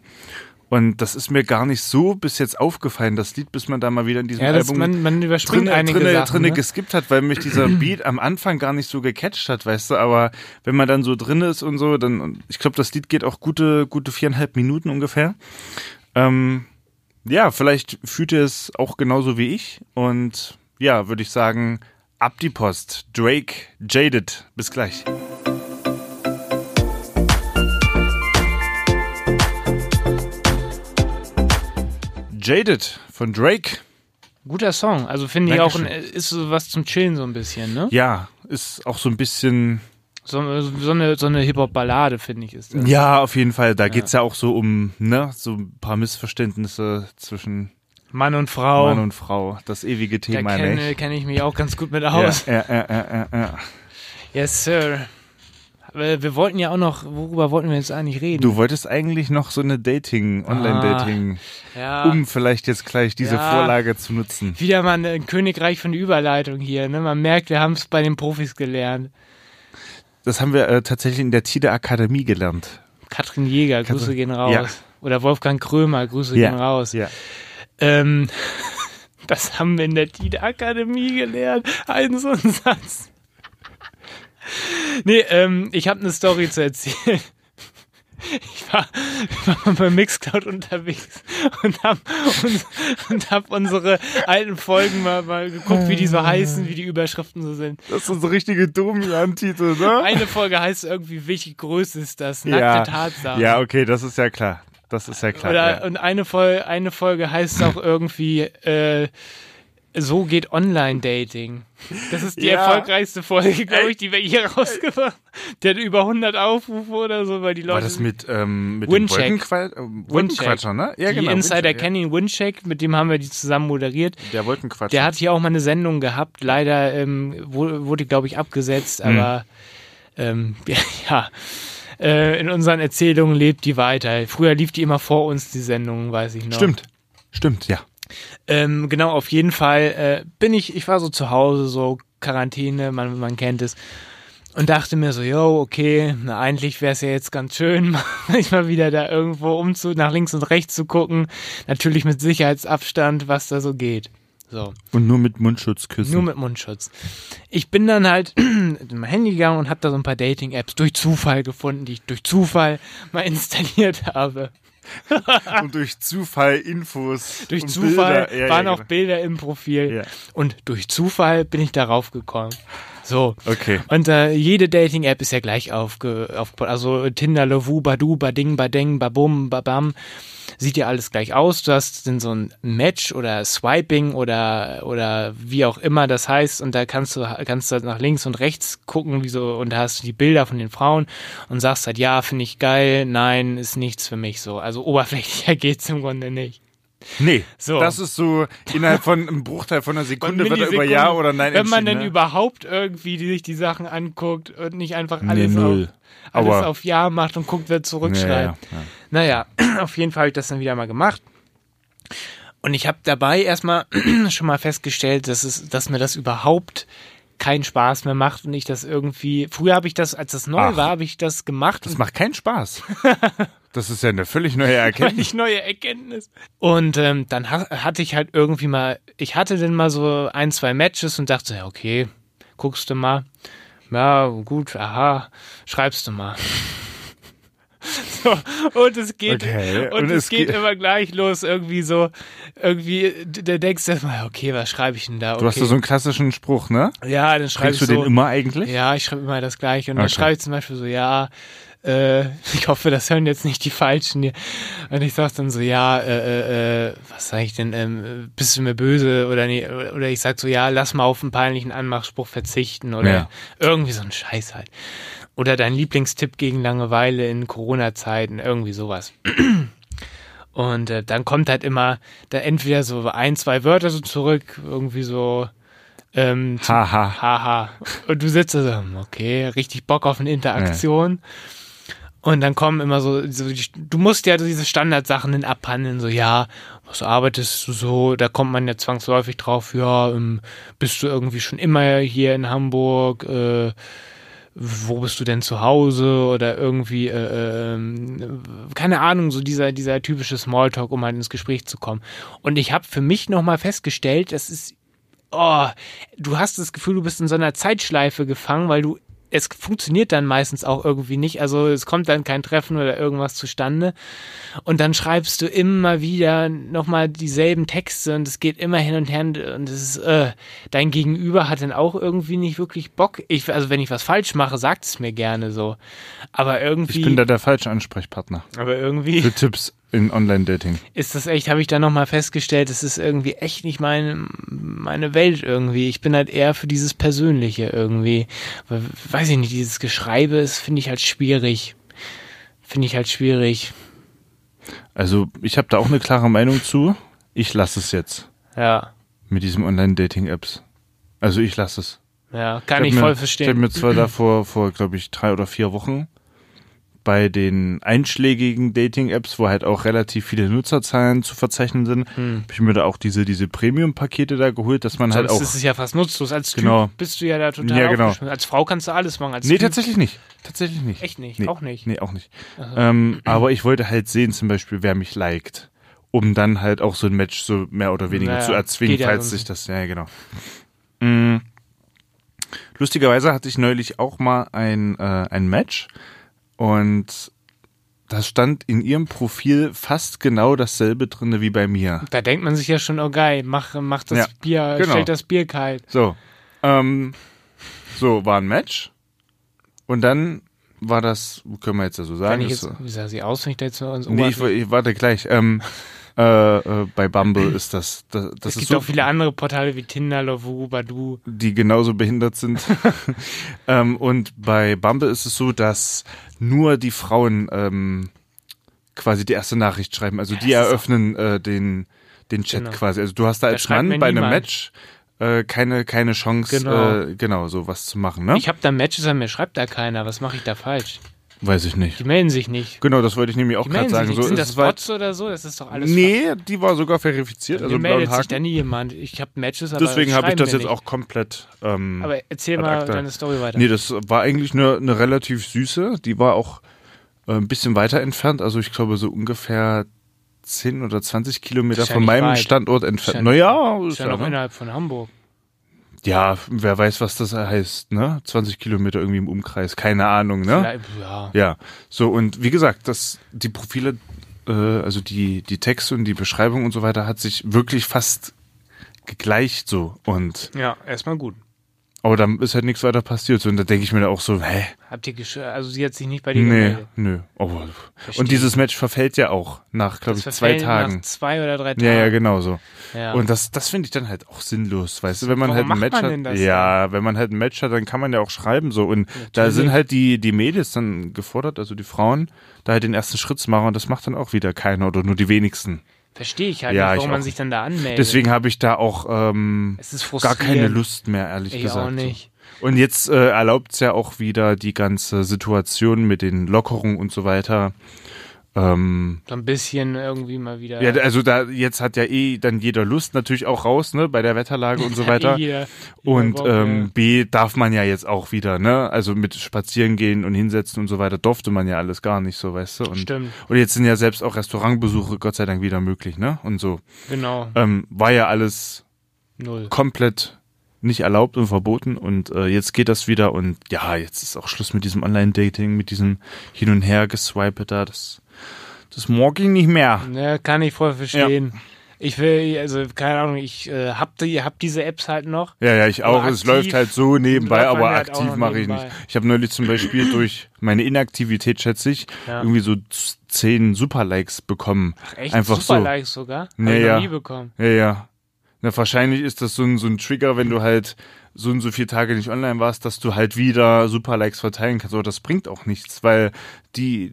A: Und das ist mir gar nicht so bis jetzt aufgefallen, das Lied, bis man da mal wieder in diesem
B: ja, das,
A: Album
B: man, man überspringt
A: drinne,
B: einige
A: drinne,
B: Sachen.
A: drinne
B: ne?
A: geskippt hat, weil mich dieser Beat am Anfang gar nicht so gecatcht hat, weißt du, aber wenn man dann so drin ist und so, dann, und ich glaube, das Lied geht auch gute, gute viereinhalb Minuten ungefähr. Ähm, ja, vielleicht fühlt ihr es auch genauso wie ich und ja, würde ich sagen, ab die Post. Drake, Jaded. Bis gleich. Jaded von Drake.
B: Guter Song. Also finde ich auch, ein,
A: Dankeschön.
B: ist so was zum Chillen so ein bisschen, ne?
A: Ja, ist auch so ein bisschen.
B: So, äh, so eine, so eine Hip-Hop-Ballade, finde ich, ist das.
A: Ja, auf jeden Fall. Da geht's ja auch so um, ne, so ein paar Missverständnisse zwischen
B: Mann und Frau.
A: Mann und Frau. Das ewige
B: da
A: Thema,
B: kenne
A: ne?
B: kenn ich mich auch ganz gut mit
A: Ja,
B: aus.
A: ja, ja, ja, ja, ja.
B: Yes, Sir. Aber wir wollten ja auch noch, worüber wollten wir jetzt eigentlich reden?
A: Du wolltest eigentlich noch so eine Dating, Online-Dating,
B: ja.
A: um vielleicht jetzt gleich diese
B: Ah. Ja.
A: Vorlage zu nutzen.
B: Wieder mal ein Königreich von Überleitung hier. Ne? Man merkt, wir haben es bei den Profis gelernt.
A: Das haben wir äh, tatsächlich in der Tide Akademie gelernt.
B: Katrin Jäger, Grüße gehen raus.
A: ja.
B: Oder Wolfgang Krömer, Grüße gehen raus.
A: Ja.
B: Ähm, das haben wir in der Tide Akademie gelernt. Ein so ein Satz. Nee, ähm, ich habe eine Story zu erzählen. Ich war, war bei Mixcloud unterwegs und habe und, und hab unsere alten Folgen mal, mal geguckt, wie die so heißen, wie die Überschriften so sind.
A: Das ist so richtige Domian-Titel, ne?
B: Eine Folge heißt irgendwie, welche Größe ist das? Nackte
A: ja.
B: Tatsache.
A: ja, okay, das ist ja klar. Das ist ja klar.
B: Oder
A: ja.
B: und eine Folge, eine Folge heißt auch irgendwie äh, So geht Online-Dating. Das ist die
A: Ja.
B: erfolgreichste Folge, glaube ich, die wir hier rausgemacht haben. Der hat über 100 Aufrufe oder so, weil die Leute.
A: War das mit, ähm, mit dem
B: Windcheck.
A: Wolkenqual- äh, Wolkenquatscher, ne?
B: die Insider
A: Windcheck, ja.
B: kennen ihn, Wincheck, mit dem haben wir die zusammen moderiert.
A: Der Wolkenquatscher.
B: Der hat hier auch mal eine Sendung gehabt. Leider ähm, wurde, wurde glaube ich, abgesetzt,
A: Hm.
B: aber ähm, ja. Äh, in unseren Erzählungen lebt die weiter. Früher lief die immer vor uns, die Sendung, weiß ich noch.
A: Stimmt. Stimmt, ja.
B: Ähm, genau, auf jeden Fall äh, bin ich, ich war so zu Hause, so Quarantäne, man, man kennt es. Und dachte mir so, yo, okay, na, eigentlich wäre es ja jetzt ganz schön, manchmal wieder da irgendwo umzu, nach links und rechts zu gucken. Natürlich mit Sicherheitsabstand, was da so geht. So,
A: Und nur mit Mundschutz küssen.
B: nur mit Mundschutz. Ich bin dann halt mit meinem Handy gegangen und habe da so ein paar Dating-Apps durch Zufall gefunden, die ich durch Zufall mal installiert habe.
A: Ah. und durch Zufall Infos.
B: Durch
A: und
B: Zufall
A: Bilder. Ja,
B: waren
A: ja, genau.
B: auch Bilder im Profil.
A: Ja.
B: Und durch Zufall bin ich darauf gekommen. So.
A: genau. Okay.
B: Und äh, jede Dating-App ist ja gleich aufge aufgebaut. Also Tinder, Lovoo, Badu, Bading, Badeng, Babum, Babam. Sieht ja alles gleich aus. Du hast dann so ein Match oder Swiping oder, oder wie auch immer das heißt. Und da kannst du, kannst du halt nach links und rechts gucken, wie so, und da hast du die Bilder von den Frauen und sagst halt, ja, finde ich geil, nein, ist nichts für mich so. Also oberflächlicher geht's im Grunde nicht.
A: Nee,
B: So.
A: das ist so innerhalb von einem Bruchteil von einer Sekunde wird er über
B: Millisekunden,
A: Ja oder Nein
B: Wenn man
A: entschieden,
B: denn
A: ne?
B: überhaupt irgendwie die, sich die Sachen anguckt und nicht einfach
A: Nee,
B: alles,
A: null.
B: auf, alles
A: Aber-
B: auf Ja macht und guckt, wer zurückschreibt.
A: Ja, ja, ja.
B: Naja, auf jeden Fall habe ich das dann wieder mal gemacht. Und ich habe dabei erstmal schon mal festgestellt, dass, es, dass mir das überhaupt keinen Spaß mehr macht und ich das irgendwie. Früher habe ich das, als das neu
A: Ach.
B: war, habe ich das gemacht
A: Das
B: und
A: macht keinen Spaß. Das ist ja eine völlig neue
B: Weil
A: Erkenntnis.
B: ich neue Erkenntnis. Und ähm, dann ha hatte ich halt irgendwie mal, ich hatte dann mal so ein, zwei Matches und dachte, ja, okay, guckst du mal. Ja, gut, aha, schreibst du mal. So, und es geht,
A: Okay,
B: und
A: und
B: es
A: es
B: geht
A: ge-
B: immer gleich los, irgendwie so, irgendwie, da denkst du erstmal, okay, was schreibe ich denn da? Okay.
A: Du hast da so einen klassischen Spruch, ne?
B: ja, dann schreibst
A: Kriegst du
B: so,
A: den immer eigentlich?
B: ja, ich schreibe immer das Gleiche. Und dann
A: Okay.
B: schreibe ich zum Beispiel so, ja, äh, ich hoffe, das hören jetzt nicht die Falschen hier. Und ich sag dann so, ja, äh, äh, äh, was sage ich denn, ähm, bist du mir böse oder nee? Oder ich sag so, ja, lass mal auf einen peinlichen Anmachspruch verzichten oder
A: Ja.
B: irgendwie so ein Scheiß halt. Oder dein Lieblingstipp gegen Langeweile in Corona-Zeiten, irgendwie sowas. Und äh, dann kommt halt immer da entweder so ein, zwei Wörter so zurück, irgendwie so ähm, zum
A: Haha.
B: Haha. Und du sitzt da so, hm, okay, richtig Bock auf eine Interaktion. Und dann kommen immer so, so die, du musst ja diese Standardsachen dann abhandeln, so, ja, was arbeitest du so? Da kommt man ja zwangsläufig drauf, ja, ähm, bist du irgendwie schon immer hier in Hamburg? Äh, wo bist du denn zu Hause? Oder irgendwie, äh, ähm, keine Ahnung, so dieser, dieser typische Smalltalk, um halt ins Gespräch zu kommen. Und ich habe für mich nochmal festgestellt, das ist oh, du hast das Gefühl, du bist in so einer Zeitschleife gefangen, weil du es funktioniert dann meistens auch irgendwie nicht. Also es kommt dann kein Treffen oder irgendwas zustande. Und dann schreibst du immer wieder nochmal dieselben Texte und es geht immer hin und her und es ist, äh, dein Gegenüber hat dann auch irgendwie nicht wirklich Bock. Ich, also wenn ich was falsch mache, sagt es mir gerne so. Aber irgendwie,
A: Ich bin da der falsche Ansprechpartner
B: aber irgendwie
A: für Tipps in Online-Dating.
B: ist das echt, habe ich da nochmal festgestellt, das ist irgendwie echt nicht meine, meine Welt irgendwie. Ich bin halt eher für dieses Persönliche irgendwie. Weil, Weiß ich nicht, dieses Geschreibe, das finde ich halt schwierig. Finde ich halt schwierig.
A: Also ich habe da auch eine klare Meinung zu. Ich lasse es jetzt
B: Ja,
A: mit diesem Online-Dating-Apps. Also ich lasse es.
B: ja, kann
A: hab
B: ich
A: mir,
B: voll
A: Ich habe
B: verstehen.
A: mir zwar davor, vor, glaube ich, drei oder vier Wochen bei den einschlägigen Dating-Apps, wo halt auch relativ viele Nutzerzahlen zu verzeichnen sind,
B: Hm.
A: habe ich mir da auch diese, diese Premium-Pakete da geholt, dass man
B: Sonst
A: halt auch.
B: ist es ja fast nutzlos. Als Typ
A: Genau.
B: bist du ja da total
A: Ja, genau.
B: aufgeschmissen. Als Frau kannst du alles machen. Als
A: Nee,
B: typ,
A: tatsächlich nicht. Tatsächlich nicht.
B: Echt nicht?
A: Nee.
B: Auch nicht?
A: Nee, auch nicht. Ähm, aber ich wollte halt sehen, zum Beispiel, wer mich liked, um dann halt auch so ein Match so mehr oder weniger
B: Naja,
A: zu erzwingen,
B: geht ja
A: falls
B: sonst
A: sich
B: nicht.
A: das. Ja, ja, genau. Mm. Lustigerweise hatte ich neulich auch mal ein, äh, ein Match und da stand in ihrem Profil fast genau dasselbe drinne wie bei mir.
B: Da denkt man sich ja schon, oh geil, mach, mach das
A: Ja,
B: Bier,
A: genau.
B: stellt das Bier kalt.
A: So. Ähm, so, war ein Match. Und dann war das, können wir jetzt ja so sagen.
B: Wenn ich
A: ist
B: jetzt,
A: so-
B: wie sah sie aus, wenn ich da jetzt so ins
A: Nee, ich,
B: Oberfläche-
A: ich warte gleich. Ähm, Äh, äh, bei Bumble ist das. Das, das
B: es
A: ist
B: gibt
A: so,
B: auch viele andere Portale wie Tinder, Lovoo, Badu.
A: die genauso behindert sind. ähm, und bei Bumble ist es so, dass nur die Frauen ähm, quasi die erste Nachricht schreiben. Also die
B: das ist
A: eröffnen äh, den, den Chat
B: Genau.
A: quasi. Also du hast da als
B: schreibt
A: Mann
B: mir
A: bei einem
B: niemand.
A: Match äh, keine, keine Chance,
B: Genau.
A: genau, äh, genau so was zu machen. Ne?
B: Ich habe da Matches an mir, schreibt da keiner. Was mache ich da falsch?
A: Weiß ich nicht.
B: Die melden sich nicht.
A: Genau, das wollte ich nämlich auch
B: Die
A: gerade
B: melden sich
A: sagen.
B: nicht.
A: So
B: Sind
A: ist
B: das
A: es weit-
B: Bots oder so? Das ist doch alles.
A: Nee, die war sogar verifiziert,
B: also
A: also blauen
B: meldet sich da
A: Haken.
B: nie jemand. Ich habe Matches, aber
A: Deswegen habe ich
B: schreiben
A: das
B: mir
A: jetzt
B: nicht.
A: auch komplett. Ähm,
B: Aber erzähl
A: ad
B: mal
A: acta.
B: deine Story weiter.
A: Nee, das war eigentlich eine, eine relativ süße. Die war auch äh, ein bisschen weiter entfernt. Also ich glaube so ungefähr 10 oder 20 Kilometer
B: Ist ja
A: von
B: nicht
A: meinem
B: weit.
A: Standort
B: ja
A: entfernt.
B: nicht-
A: Naja,
B: ist ja noch innerhalb von Hamburg.
A: ne? ja, wer weiß, was das heißt, ne? 20 Kilometer irgendwie im Umkreis, keine Ahnung, ne?
B: Vielleicht- Ja.
A: Ja, so und wie gesagt, das, die Profile, äh, also die, die Texte und die Beschreibung und so weiter hat sich wirklich fast gegleicht so und
B: ja, erstmal gut.
A: aber dann ist halt nichts weiter passiert so, und da denke ich mir dann auch so, hä,
B: Habt ihr gesch also sie hat sich nicht bei dir
A: Nee,
B: gemeldet.
A: nö. Aber und dieses Match verfällt ja auch nach, glaube ich,
B: Das
A: zwei
B: verfällt
A: Tagen.
B: Nach zwei oder drei Tagen.
A: Ja, ja, genau so.
B: Ja.
A: Und das, das finde ich dann halt auch sinnlos, weißt du, wenn man
B: Warum
A: halt ein
B: macht
A: Match
B: man
A: hat.
B: denn das
A: ja, wenn man halt ein Match hat, dann kann man ja auch schreiben so. Und da sind halt die, die Mädels dann gefordert, also die Frauen, da halt den ersten Schritt zu machen und das macht dann auch wieder keiner oder nur die wenigsten.
B: Verstehe ich halt
A: Ja,
B: nicht,
A: ich
B: warum man
A: auch
B: sich dann da anmeldet.
A: Deswegen habe ich da auch ähm,
B: Es ist
A: gar
B: frustrierend.
A: keine Lust mehr, ehrlich
B: Ich
A: gesagt.
B: auch nicht.
A: So. Und jetzt äh, erlaubt's ja auch wieder die ganze Situation mit den Lockerungen und so weiter. Ähm,
B: So ein bisschen irgendwie mal wieder.
A: Ja, also da jetzt hat ja eh dann jeder Lust natürlich auch raus, ne, bei der Wetterlage und so weiter.
B: eh, Jeder- jeder
A: Und
B: Woche.
A: ähm, B darf man ja jetzt auch wieder, ne? Also mit spazieren gehen und hinsetzen und so weiter durfte man ja alles gar nicht so, weißt du? Und,
B: Stimmt.
A: Und jetzt sind ja selbst auch Restaurantbesuche Gott sei Dank wieder möglich, ne? Und so.
B: genau,
A: Ähm, war ja alles
B: null.
A: komplett nicht erlaubt und verboten und äh, jetzt geht das wieder und ja, jetzt ist auch Schluss mit diesem Online-Dating, mit diesem Hin und Her geswipe da, das, das mag ich nicht mehr.
B: Ne, kann ich voll verstehen. Ich will, also keine Ahnung, ich äh, hab, die, hab diese Apps halt noch.
A: Ja, ja, ich auch.
B: Aber
A: es
B: aktiv
A: läuft halt so nebenbei,
B: läuft man
A: aber
B: halt auch
A: aktiv
B: noch
A: mache ich
B: nebenbei.
A: nicht. Ich habe neulich zum Beispiel durch meine Inaktivität, schätze ich,
B: Ja.
A: irgendwie so z- zehn Superlikes bekommen.
B: Echt
A: Einfach
B: super
A: so.
B: Likes sogar. Hab
A: Nee,
B: ich noch
A: ja.
B: nie bekommen.
A: Ja, ja. Na, wahrscheinlich ist das so ein, so ein Trigger, wenn du halt so und so viele Tage nicht online warst, dass du halt wieder Superlikes verteilen kannst. Aber das bringt auch nichts, weil die,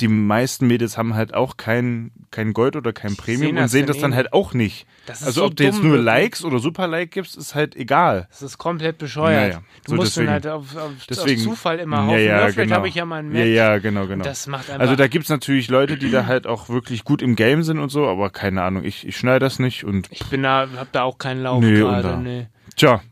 A: die meisten Mädels haben halt auch kein, kein Gold oder kein Premium und
B: sehen das
A: sehen
B: dann
A: das dann
B: eh
A: halt auch nicht.
B: Das ist
A: Also
B: so
A: ob du jetzt
B: dumm,
A: nur
B: wirklich.
A: Likes oder Superlike gibst, ist halt egal.
B: Das ist komplett bescheuert.
A: Naja,
B: Du
A: so
B: musst
A: deswegen.
B: dann halt auf, auf,
A: Deswegen,
B: auf Zufall immer
A: ja,
B: hoffen.
A: ja,
B: Ja, vielleicht
A: genau.
B: habe ich ja mal einen Match.
A: Ja, ja, genau, genau.
B: Das macht einfach-
A: also da gibt's natürlich Leute, die da halt auch wirklich gut im Game sind und so, aber keine Ahnung, ich, ich schneide das nicht und
B: Ich bin da, hab da auch keinen Lauf
A: Nee, und da-
B: gerade. Nee.
A: tja,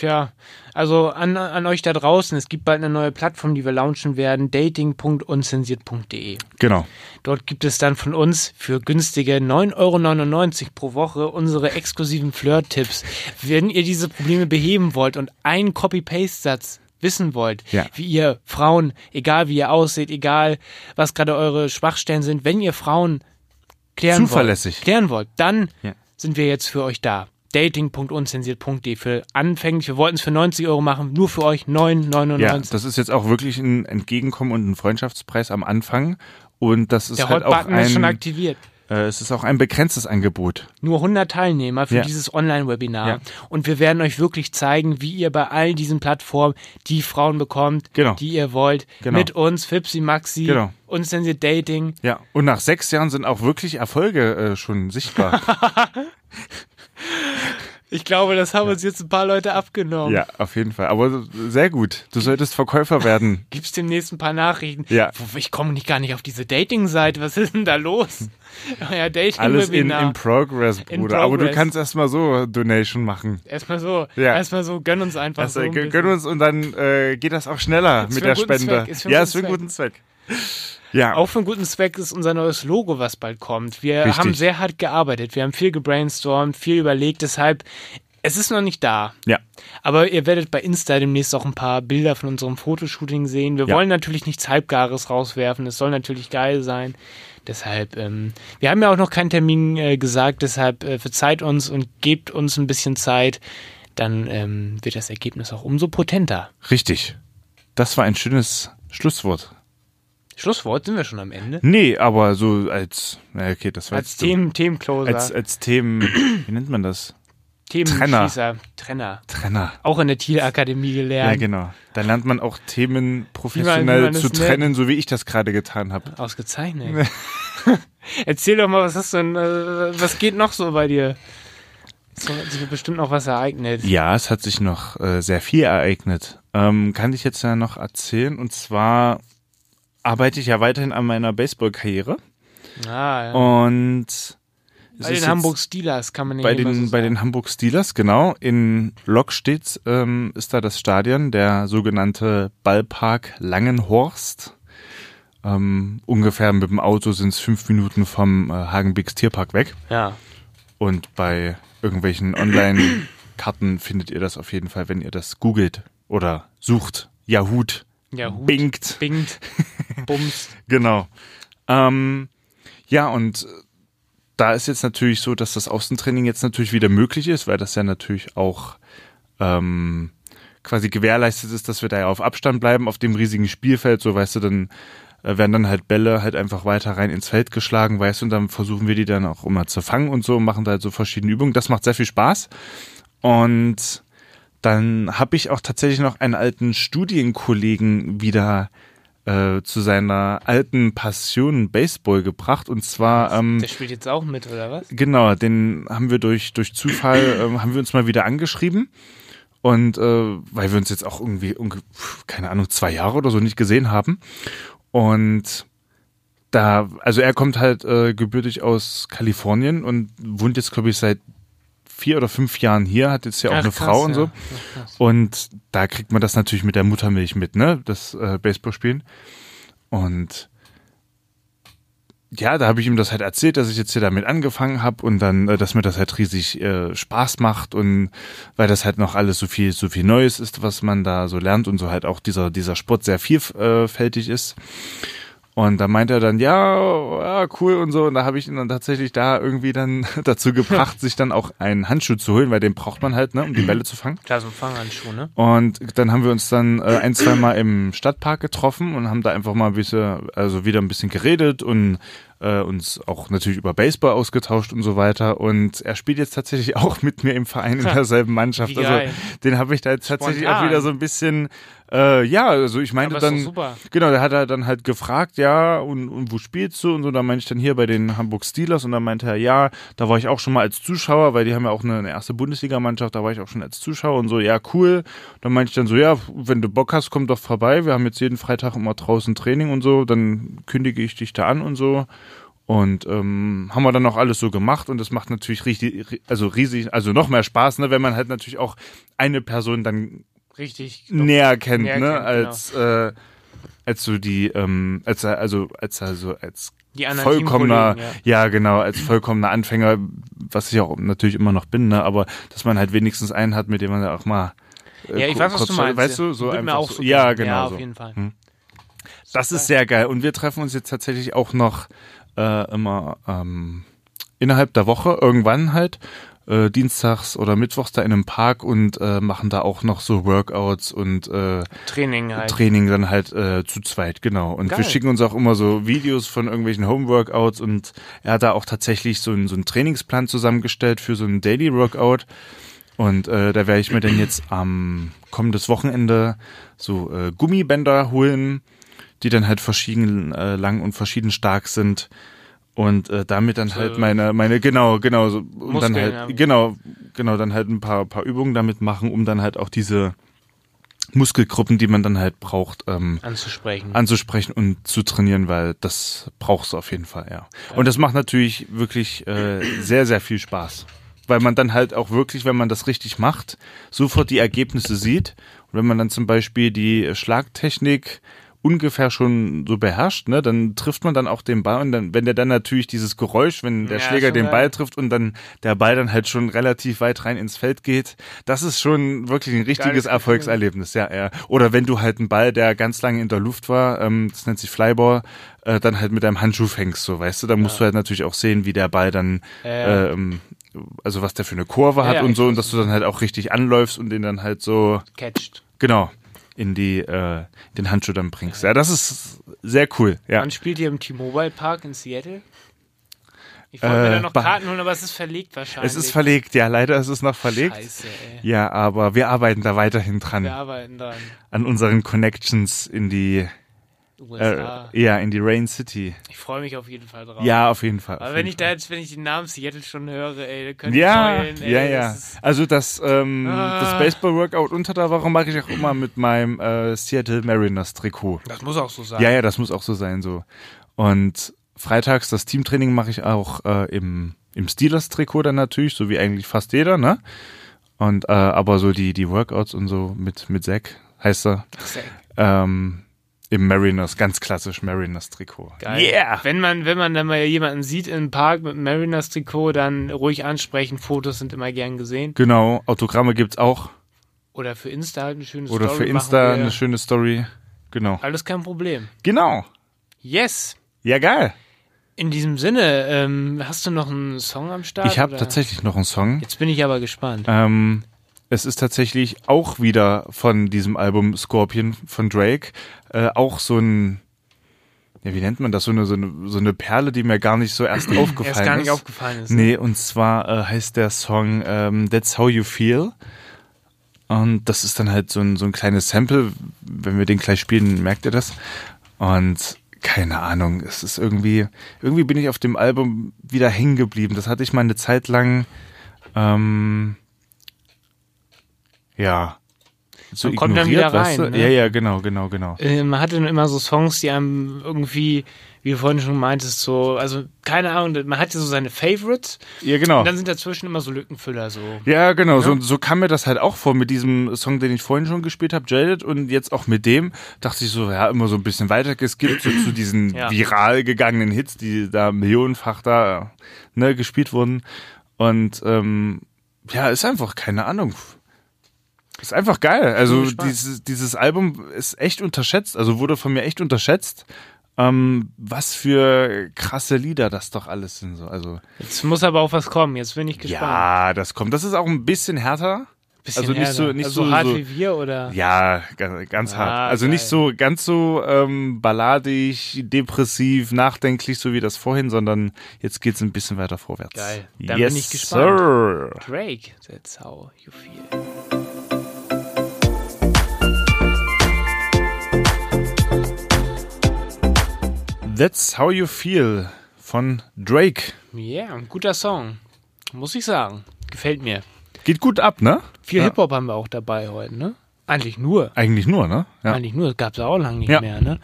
B: Tja, also an, an euch da draußen, es gibt bald eine neue Plattform, die wir launchen werden, dating.unzensiert.de.
A: genau.
B: Dort gibt es dann von uns für günstige 9,99 Euro pro Woche unsere exklusiven Flirt-Tipps. Wenn ihr diese Probleme beheben wollt und einen Copy-Paste-Satz wissen wollt,
A: Ja.
B: wie ihr Frauen, egal wie ihr ausseht, egal was gerade eure Schwachstellen sind, wenn ihr Frauen klären
A: Zuverlässig.
B: wollt, klären wollt, dann
A: Ja.
B: sind wir jetzt für euch da. Dating.unzensiert.de für anfänglich. Wir wollten es für 90 Euro machen, nur für euch 9,99.
A: Ja, das ist jetzt auch wirklich ein Entgegenkommen und ein Freundschaftspreis am Anfang und das ist
B: Der
A: halt auch
B: Hot-Button ist schon
A: ein,
B: aktiviert.
A: äh, es ist auch ein begrenztes Angebot.
B: nur 100 Teilnehmer für
A: Ja.
B: dieses Online-Webinar.
A: Ja.
B: Und wir werden euch wirklich zeigen, wie ihr bei all diesen Plattformen die Frauen bekommt,
A: Genau.
B: die ihr wollt.
A: Genau.
B: Mit uns, Fipsi, Maxi,
A: Genau.
B: unzensiert Dating.
A: Ja, und nach sechs Jahren sind auch wirklich Erfolge äh, schon sichtbar.
B: Ich glaube, das haben uns jetzt ein paar Leute abgenommen.
A: ja, auf jeden Fall. Aber sehr gut. Du solltest Verkäufer werden.
B: Gibt's demnächst ein paar Nachrichten?
A: Ja.
B: Wo- Ich komme nicht gar nicht auf diese Dating-Seite. Was ist denn da los? Euer
A: Alles in,
B: Dating-Webinar.
A: in Progress, Bruder.
B: In
A: Aber du
B: Progress.
A: kannst erstmal so Donation machen.
B: Erstmal so,
A: Ja.
B: erstmal so, gönn uns einfach
A: Das,
B: so. um
A: äh,
B: Ein
A: gön-
B: bisschen.
A: gönn uns und dann äh, geht das auch schneller
B: Ist
A: mit
B: für
A: der
B: einen guten
A: Spende.
B: Zweck, ist für einen
A: ja,
B: guten
A: ist für einen
B: Zweck.
A: guten Zweck. Ja,
B: Auch für einen guten Zweck ist unser neues Logo, was bald kommt. Wir
A: Richtig.
B: haben sehr hart gearbeitet. Wir haben viel gebrainstormt, viel überlegt. Deshalb, es ist noch nicht da.
A: ja.
B: Aber ihr werdet bei Insta demnächst auch ein paar Bilder von unserem Fotoshooting sehen. Wir
A: Ja.
B: wollen natürlich nichts Halbgares rauswerfen. Es soll natürlich geil sein. Deshalb, ähm, wir haben ja auch noch keinen Termin äh, gesagt. Deshalb äh, verzeiht uns und gebt uns ein bisschen Zeit. Dann ähm, wird das Ergebnis auch umso potenter.
A: richtig. Das war ein schönes Schlusswort.
B: Schlusswort sind wir schon am Ende.
A: Nee, aber so als, na okay, das war
B: Als
A: jetzt dumm.
B: Themen, Themencloser,
A: als, als Themen, wie nennt man das?
B: Themenschießer, Trenner.
A: Trenner.
B: Auch in der Thiele-Akademie
A: Ja,
B: gelernt.
A: genau. Da lernt man auch Themen
B: Wie man- wie
A: professionell
B: man
A: zu
B: das nennt.
A: trennen, so wie ich das gerade getan habe.
B: Ausgezeichnet. Erzähl doch mal, was hast du denn, äh, was geht noch so bei dir? Es hat sich bestimmt noch was ereignet.
A: Ja, es hat sich noch äh, sehr viel ereignet. Ähm, kann ich jetzt ja noch erzählen. Und zwar arbeite ich ja weiterhin an meiner Baseballkarriere.
B: Ah, ja.
A: Und Oh, es
B: bei
A: ist
B: den
A: jetzt
B: Hamburg Steelers kann man
A: bei
B: nicht immer
A: den,
B: so
A: bei
B: sagen.
A: den Hamburg Steelers, genau. In Lockstedt ähm, ist da das Stadion, der sogenannte Ballpark Langenhorst. Ähm, ungefähr mit dem Auto sind es fünf Minuten vom äh, Hagenbecks Tierpark weg.
B: Ja.
A: Und bei irgendwelchen Online-Karten findet ihr das auf jeden Fall, wenn ihr das googelt oder sucht. Yahoo,
B: Ja, Hut.
A: bingt.
B: Bingt. Bums.
A: Genau. Ähm, ja, und da ist jetzt natürlich so, dass das Außentraining jetzt natürlich wieder möglich ist, weil das ja natürlich auch ähm, quasi gewährleistet ist, dass wir da ja auf Abstand bleiben, auf dem riesigen Spielfeld, so weißt du, dann äh, werden dann halt Bälle halt einfach weiter rein ins Feld geschlagen, weißt du, und dann versuchen wir die dann auch immer zu fangen und so, machen da halt so verschiedene Übungen. Das macht sehr viel Spaß. Und dann habe ich auch tatsächlich noch einen alten Studienkollegen wieder äh, zu seiner alten Passion Baseball gebracht. Und zwar ähm,
B: Der spielt jetzt auch mit, oder was?
A: Genau, den haben wir durch, durch Zufall, ähm, haben wir uns mal wieder angeschrieben. Und äh, weil wir uns jetzt auch irgendwie, unge- pf, keine Ahnung, zwei Jahre oder so nicht gesehen haben. Und da, also er kommt halt äh, gebürtig aus Kalifornien und wohnt jetzt, glaube ich, seit vier oder fünf Jahren hier, hat jetzt ja auch
B: Ach,
A: eine
B: krass,
A: Frau und
B: ja.
A: so. Und da kriegt man das natürlich mit der Muttermilch mit, ne? Das äh, Baseballspielen. Und ja, da habe ich ihm das halt erzählt, dass ich jetzt hier damit angefangen habe und dann, äh, dass mir das halt riesig äh, Spaß macht und weil das halt noch alles so viel, so viel Neues ist, was man da so lernt und so halt auch dieser, dieser Sport sehr vielfältig ist. Und da meint er dann, ja, ja, cool und so. Und da habe ich ihn dann tatsächlich da irgendwie dann dazu gebracht, sich dann auch einen Handschuh zu holen, weil den braucht man halt, ne, um die Bälle zu fangen.
B: Klar, so ein Fanghandschuh, ne?
A: Und dann haben wir uns dann äh, ein, zwei Mal im Stadtpark getroffen und haben da einfach mal ein bisschen, also wieder ein bisschen geredet und äh, uns auch natürlich über Baseball ausgetauscht und so weiter. Und er spielt jetzt tatsächlich auch mit mir im Verein in derselben Mannschaft.
B: Wie geil.
A: Also den habe ich da jetzt tatsächlich auch
B: Spontan.
A: wieder so ein bisschen, äh, ja, also ich meinte
B: Aber ist
A: dann,
B: doch super.
A: genau, da hat er dann halt gefragt, ja, und, und wo spielst du? Und so, da meinte ich dann hier bei den Hamburg Steelers und dann meinte er, ja, da war ich auch schon mal als Zuschauer, weil die haben ja auch eine, eine erste Bundesligamannschaft, da war ich auch schon als Zuschauer und so, ja, cool. Dann meinte ich dann so, ja, wenn du Bock hast, komm doch vorbei, wir haben jetzt jeden Freitag immer draußen Training und so, dann kündige ich dich da an und so. Und ähm, haben wir dann auch alles so gemacht und das macht natürlich richtig, also riesig, also noch mehr Spaß, ne, wenn man halt natürlich auch eine Person dann
B: Richtig.
A: näher kennt,
B: Näher
A: ne,
B: kennt, genau.
A: als äh, als so die, ähm, als er- also als er so als
B: Die anderen
A: vollkommener,
B: Teamkollegen,
A: ja. genau, als vollkommener Anfänger, was ich auch natürlich immer noch bin, ne, aber dass man halt wenigstens einen hat, mit dem man auch mal äh,
B: Ja, ich weiß, was
A: kurz-
B: du meinst.
A: Weißt du, so
B: Wird mir
A: einfach
B: auch
A: so,
B: so
A: ja,
B: gehen.
A: genau
B: Ja,
A: so.
B: auf jeden Fall.
A: Das ist sehr geil. Und wir treffen uns jetzt tatsächlich auch noch äh, immer ähm, innerhalb der Woche, irgendwann halt, äh, dienstags oder mittwochs da in einem Park und äh, machen da auch noch so Workouts und äh,
B: Training halt.
A: Training dann halt äh, zu zweit, genau. Und
B: Geil.
A: wir schicken uns auch immer so Videos von irgendwelchen Homeworkouts und er hat da auch tatsächlich so einen, so einen Trainingsplan zusammengestellt für so einen Daily Workout. Und äh, da werde ich mir dann jetzt am kommendes Wochenende so äh, Gummibänder holen, die dann halt verschieden äh, lang und verschieden stark sind. Und äh, damit dann halt meine, meine, genau, genau, so, und dann
B: Muskeln,
A: halt,
B: ja.
A: genau, genau, dann halt ein paar, paar Übungen damit machen, um dann halt auch diese Muskelgruppen, die man dann halt braucht, ähm,
B: Anzusprechen.
A: anzusprechen und zu trainieren, weil das brauchst du auf jeden Fall, ja. Und das macht natürlich wirklich äh, sehr, sehr viel Spaß. Weil man dann halt auch wirklich, wenn man das richtig macht, sofort die Ergebnisse sieht. Und wenn man dann zum Beispiel die Schlagtechnik ungefähr schon so beherrscht, ne, dann trifft man dann auch den Ball und dann, wenn der dann natürlich dieses Geräusch, wenn der
B: Ja,
A: Schläger
B: schon
A: den
B: geil.
A: Ball trifft und dann der Ball dann halt schon relativ weit rein ins Feld geht, das ist schon wirklich ein richtiges
B: Gefühl.
A: Erfolgserlebnis, ja, ja. Oder wenn du halt einen Ball, der ganz lange in der Luft war, ähm, das nennt sich Flyball, äh, dann halt mit deinem Handschuh fängst, so, weißt du, dann musst du halt natürlich auch sehen, wie der Ball dann,
B: Äh.
A: ähm, also was der für eine Kurve hat
B: ja,
A: und
B: ich
A: so, und
B: weiß.
A: dass du dann halt auch richtig anläufst und den dann halt so,
B: Catched.
A: genau, in die äh, den Handschuh dann bringst. Ja, das ist sehr cool. Ja.
B: Man spielt hier im T-Mobile Park in Seattle. Ich wollte
A: Äh,
B: mir da noch
A: ba-
B: Karten holen, aber es ist verlegt wahrscheinlich.
A: Es ist verlegt, ja, leider ist es noch verlegt.
B: Scheiße, ey.
A: Ja, aber wir arbeiten da weiterhin dran,
B: Wir arbeiten dran.
A: an unseren Connections in die, äh,
B: USA.
A: ja, in die Rain City.
B: ich freue mich auf jeden Fall drauf.
A: Ja, auf jeden Fall. auf
B: Oh. Aber wenn
A: jeden
B: ich da jetzt, wenn ich den Namen Seattle schon höre, ey, da könnte
A: Ja,
B: ich heulen, ey,
A: ja,
B: das
A: ja.
B: Ist,
A: Also das, ähm,
B: Ah.
A: das Baseball-Workout unter der Woche mache ich auch immer mit meinem äh, Seattle Mariners Trikot.
B: das muss auch so sein.
A: Ja, ja, das muss auch so sein so. Und freitags das Teamtraining mache ich auch äh, im, im Steelers-Trikot dann natürlich, so wie eigentlich fast jeder, ne? Und äh, aber so die, die Workouts und so mit, mit Zack heißt er. Ähm, Im Mariners, ganz klassisch Mariners-Trikot.
B: Geil.
A: Yeah!
B: Wenn man, wenn man dann mal jemanden sieht im Park mit einem Mariners Trikot, dann ruhig ansprechen. Fotos sind immer gern gesehen.
A: Genau, Autogramme gibt's auch.
B: Oder für Insta halt eine schöne
A: Oder
B: Story
A: für Insta
B: machen wir.
A: eine schöne Story. Genau.
B: Alles kein Problem.
A: Genau.
B: Yes.
A: Ja, geil.
B: In diesem Sinne, ähm, hast du noch einen Song am Start?
A: Ich habe
B: oder?
A: tatsächlich noch einen Song.
B: Jetzt bin ich aber gespannt.
A: Ähm, es ist tatsächlich auch wieder von diesem Album Scorpion von Drake äh, auch so ein, ja, wie nennt man das, so eine, so eine, so eine Perle, die mir gar nicht so erst aufgefallen
B: Erst gar nicht
A: ist.
B: aufgefallen ist.
A: Nee, und zwar äh, heißt der Song ähm, That's How You Feel. Und das ist dann halt so ein, so ein kleines Sample. Wenn wir den gleich spielen, merkt ihr das. Und keine Ahnung, es ist irgendwie, irgendwie bin ich auf dem Album wieder hängen geblieben. Das hatte ich mal eine Zeit lang, ähm, ja. So
B: Man kommt dann wieder
A: weißt du?
B: rein, ne?
A: Ja, ja, genau, genau, genau.
B: Äh, Man hatte immer so Songs, die einem irgendwie, wie du vorhin schon meintest, so, also keine Ahnung, man hatte so seine Favorites
A: Ja, genau.
B: und dann sind dazwischen immer so Lückenfüller so.
A: Ja, genau. So, so kam mir das halt auch vor mit diesem Song, den ich vorhin schon gespielt habe, Jaded, und jetzt auch mit dem. Dachte ich so, ja, immer so ein bisschen weiter geskippt so zu diesen
B: Ja.
A: viral gegangenen Hits, die da millionenfach da ne, gespielt wurden. Und ähm, ja, ist einfach keine Ahnung. Ist einfach geil. Also
B: gespannt.
A: dieses, dieses Album ist echt unterschätzt, also wurde von mir echt unterschätzt. Ähm, was für krasse Lieder das doch alles sind. So. Also,
B: Jetzt muss aber auch was kommen, jetzt bin ich gespannt.
A: ja, das kommt. Das ist auch ein bisschen härter.
B: Bisschen
A: also nicht
B: härter.
A: so- nicht
B: also
A: so-
B: hart
A: so-
B: wie wir oder?
A: Ja, ganz, ganz hart.
B: Ah,
A: Also nicht
B: geil.
A: so ganz so ähm, balladig, depressiv, nachdenklich, so wie das vorhin, sondern jetzt geht's ein bisschen weiter vorwärts.
B: Geil. Dann
A: yes,
B: bin ich gespannt.
A: Sir.
B: Drake, that's how you feel.
A: That's how you feel von Drake.
B: Ja, ein guter Song. Muss ich sagen. Gefällt mir.
A: Geht gut ab, ne?
B: Viel
A: Ja.
B: Hip-Hop haben wir auch dabei heute, ne? Eigentlich nur.
A: Eigentlich nur, ne? Ja.
B: Eigentlich nur. Das gab es auch lange nicht
A: Ja.
B: mehr, ne?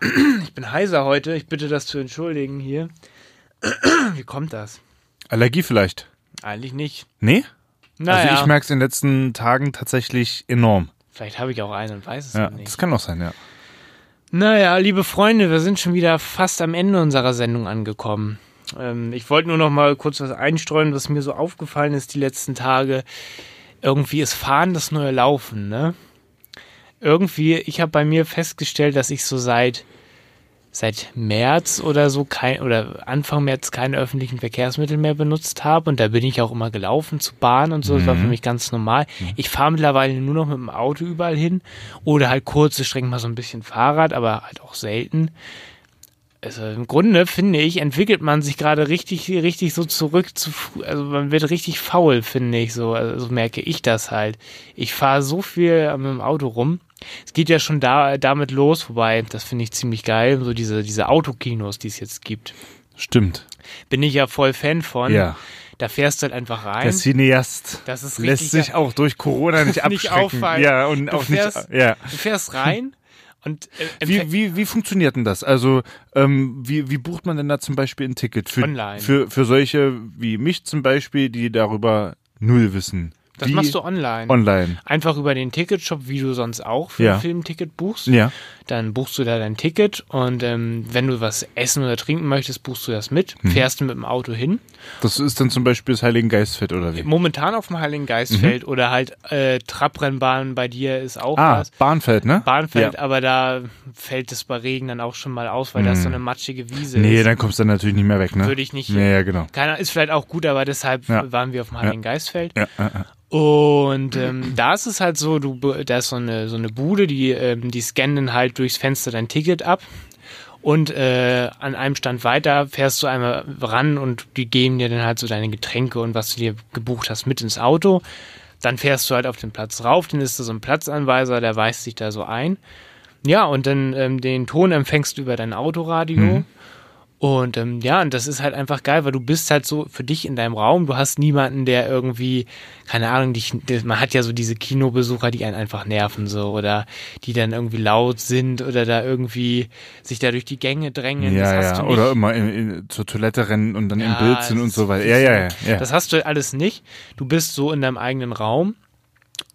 B: Ich bin heiser heute. Ich bitte das zu entschuldigen hier. Wie kommt das?
A: Allergie vielleicht.
B: Eigentlich nicht.
A: Nee?
B: Naja,
A: Also ich merke es in den letzten Tagen tatsächlich enorm.
B: vielleicht habe ich auch einen und weiß es
A: Ja,
B: noch nicht.
A: das kann auch sein, ja.
B: Naja, liebe Freunde, wir sind schon wieder fast am Ende unserer Sendung angekommen. Ähm, ich wollte nur noch mal kurz was einstreuen, was mir so aufgefallen ist die letzten Tage. Irgendwie ist Fahren das neue Laufen, ne? Irgendwie, ich habe bei mir festgestellt, dass ich so seit seit März oder so kein oder Anfang März keine öffentlichen Verkehrsmittel mehr benutzt habe und da bin ich auch immer gelaufen zu Bahn und so, das war für mich ganz normal. Ich fahre mittlerweile nur noch mit dem Auto überall hin oder halt kurze Strecken mal so ein bisschen Fahrrad, aber halt auch selten. Also im Grunde finde ich, entwickelt man sich gerade richtig, richtig so zurück zu, fr- also man wird richtig faul, finde ich so. Also so merke ich das halt. Ich fahre so viel mit dem Auto rum. Es geht ja schon da, damit los, wobei, das finde ich ziemlich geil, so diese, diese Autokinos, die es jetzt gibt.
A: Stimmt.
B: Bin ich ja voll Fan von.
A: Ja.
B: Da fährst du halt einfach rein.
A: Der Cineast
B: Das ist
A: lässt
B: richtig
A: sich
B: geil.
A: auch durch Corona nicht abschrecken.
B: Nicht auffallen.
A: Ja, und
B: Du
A: auch nicht.
B: fährst-
A: Ja.
B: Du fährst rein und äh,
A: Wie, wie, wie funktioniert denn das? Also, ähm, wie, wie bucht man denn da zum Beispiel ein Ticket? Für,
B: Online.
A: Für, für solche wie mich zum Beispiel, die darüber null wissen.
B: das
A: wie
B: machst du online.
A: online.
B: Einfach über den Ticketshop, wie du sonst auch für
A: Ja.
B: ein Filmticket buchst.
A: Ja.
B: Dann buchst du da dein Ticket und ähm, wenn du was essen oder trinken möchtest, buchst du das mit,
A: Mhm.
B: fährst du mit dem Auto hin.
A: Das ist dann zum Beispiel das Heiligen Geistfett oder wie?
B: Momentan auf dem Heiligen Geistfeld oder halt äh, Trabrennbahn bei dir ist auch
A: Mhm. Ah,
B: was.
A: Bahnfeld, ne?
B: Bahnfeld,
A: Ja.
B: aber da fällt es bei Regen dann auch schon mal aus, weil das so eine matschige Wiese
A: Mhm. Nee,
B: ist.
A: dann kommst du dann natürlich nicht mehr weg, ne?
B: also Würde ich nicht-
A: Ja, ja, genau.
B: Keiner ist vielleicht auch gut, aber deshalb
A: Ja.
B: waren wir auf dem Heiligen Geistfeld.
A: Ja, äh, ja, ja.
B: Und ähm, da ist es halt so, du be- da ist so eine so eine Bude, die ähm, die scannen dann halt durchs Fenster dein Ticket ab und äh, an einem Stand weiter fährst du einmal ran und die geben dir dann halt so deine Getränke und was du dir gebucht hast mit ins Auto. Dann fährst du halt auf den Platz rauf, dann ist da so ein Platzanweiser, der weist dich da so ein. Ja, und dann ähm, den Ton empfängst du über dein Autoradio.
A: Mhm.
B: Und ähm, ja, und das ist halt einfach geil, weil du bist halt so für dich in deinem Raum. Du hast niemanden, der irgendwie, keine Ahnung, dich, der- man hat ja so diese Kinobesucher, die einen einfach nerven so oder die dann irgendwie laut sind oder da irgendwie sich da durch die Gänge drängen. das
A: ja,
B: hast
A: ja.
B: du nicht.
A: oder immer in, in, zur Toilette rennen und dann
B: Ja,
A: im Bild sind
B: das
A: und
B: ist-
A: so weiter. Ja, ja, ja. ja.
B: Das hast du alles nicht. Du bist so in deinem eigenen Raum.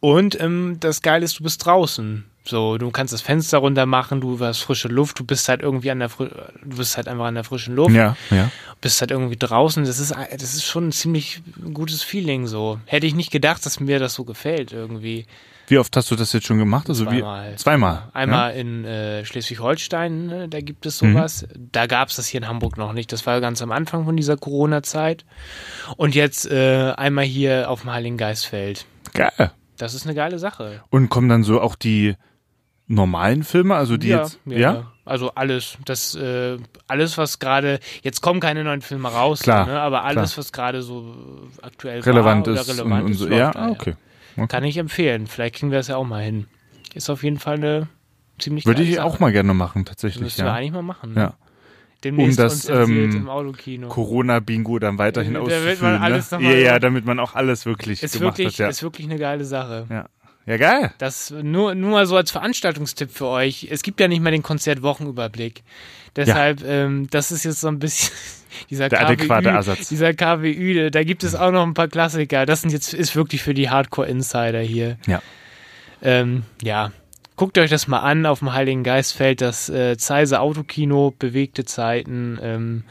B: Und ähm, das Geile ist, du bist draußen. So, du kannst das Fenster runter machen, du hast frische Luft, du bist halt irgendwie an der fri du bist halt einfach an der frischen Luft,
A: ja, ja.
B: bist halt irgendwie draußen. Das ist ein- das ist schon ein ziemlich gutes Feeling so. Hätte ich nicht gedacht, dass mir das so gefällt irgendwie.
A: Wie oft hast du das jetzt schon gemacht? Also
B: Zweimal.
A: Wie, zweimal.
B: Einmal in äh, Schleswig-Holstein, ne, da gibt
A: Mhm.
B: es sowas. Da gab es das hier in Hamburg noch nicht. Das war ganz am Anfang von dieser Corona-Zeit. Und jetzt äh, einmal hier auf dem Heiligen Geistfeld.
A: Ja? Geil.
B: Das ist eine geile Sache.
A: Und kommen dann so auch die normalen Filme, also die jetzt. Ja,
B: Also alles, das äh, alles, was gerade jetzt kommen keine neuen Filme raus,
A: Klar,
B: ne, aber alles, was gerade so aktuell
A: relevant
B: war Genau, oder
A: ist
B: relevant
A: und, und
B: ist,
A: so.
B: läuft
A: Ja,
B: da,
A: ah, okay.
B: kann ich empfehlen. Vielleicht kriegen wir das ja auch mal hin. Ist auf jeden Fall eine ziemlich
A: Würde
B: geile
A: ich
B: Sache.
A: auch mal gerne machen,
B: Das
A: tatsächlich.
B: müssen wir
A: Ja.
B: eigentlich mal machen. Ne?
A: ja.
B: Demnächst
A: Um das,
B: uns erzählt
A: ähm,
B: im Autokino.
A: Corona-Bingo dann weiterhin
B: Damit man
A: auszuführen.
B: alles
A: ne?
B: nochmal-
A: Ja, ja, damit man auch alles wirklich
B: Ist
A: gemacht
B: wirklich,
A: hat.
B: ist wirklich eine geile Sache.
A: Ja. ja. ja, geil.
B: Das nur, nur mal so als Veranstaltungstipp für euch. Es gibt ja nicht mal den Konzertwochenüberblick. Deshalb, ähm, das ist jetzt so ein bisschen dieser
A: Der adäquate Ersatz.
B: Dieser KWÜ, da gibt es auch noch ein paar Klassiker. Das sind jetzt, ist wirklich für die Hardcore-Insider hier.
A: Ja.
B: Ähm, ja. Guckt euch das mal an auf dem Heiligen Geistfeld, das äh, Zeise Autokino, bewegte Zeiten. Ähm,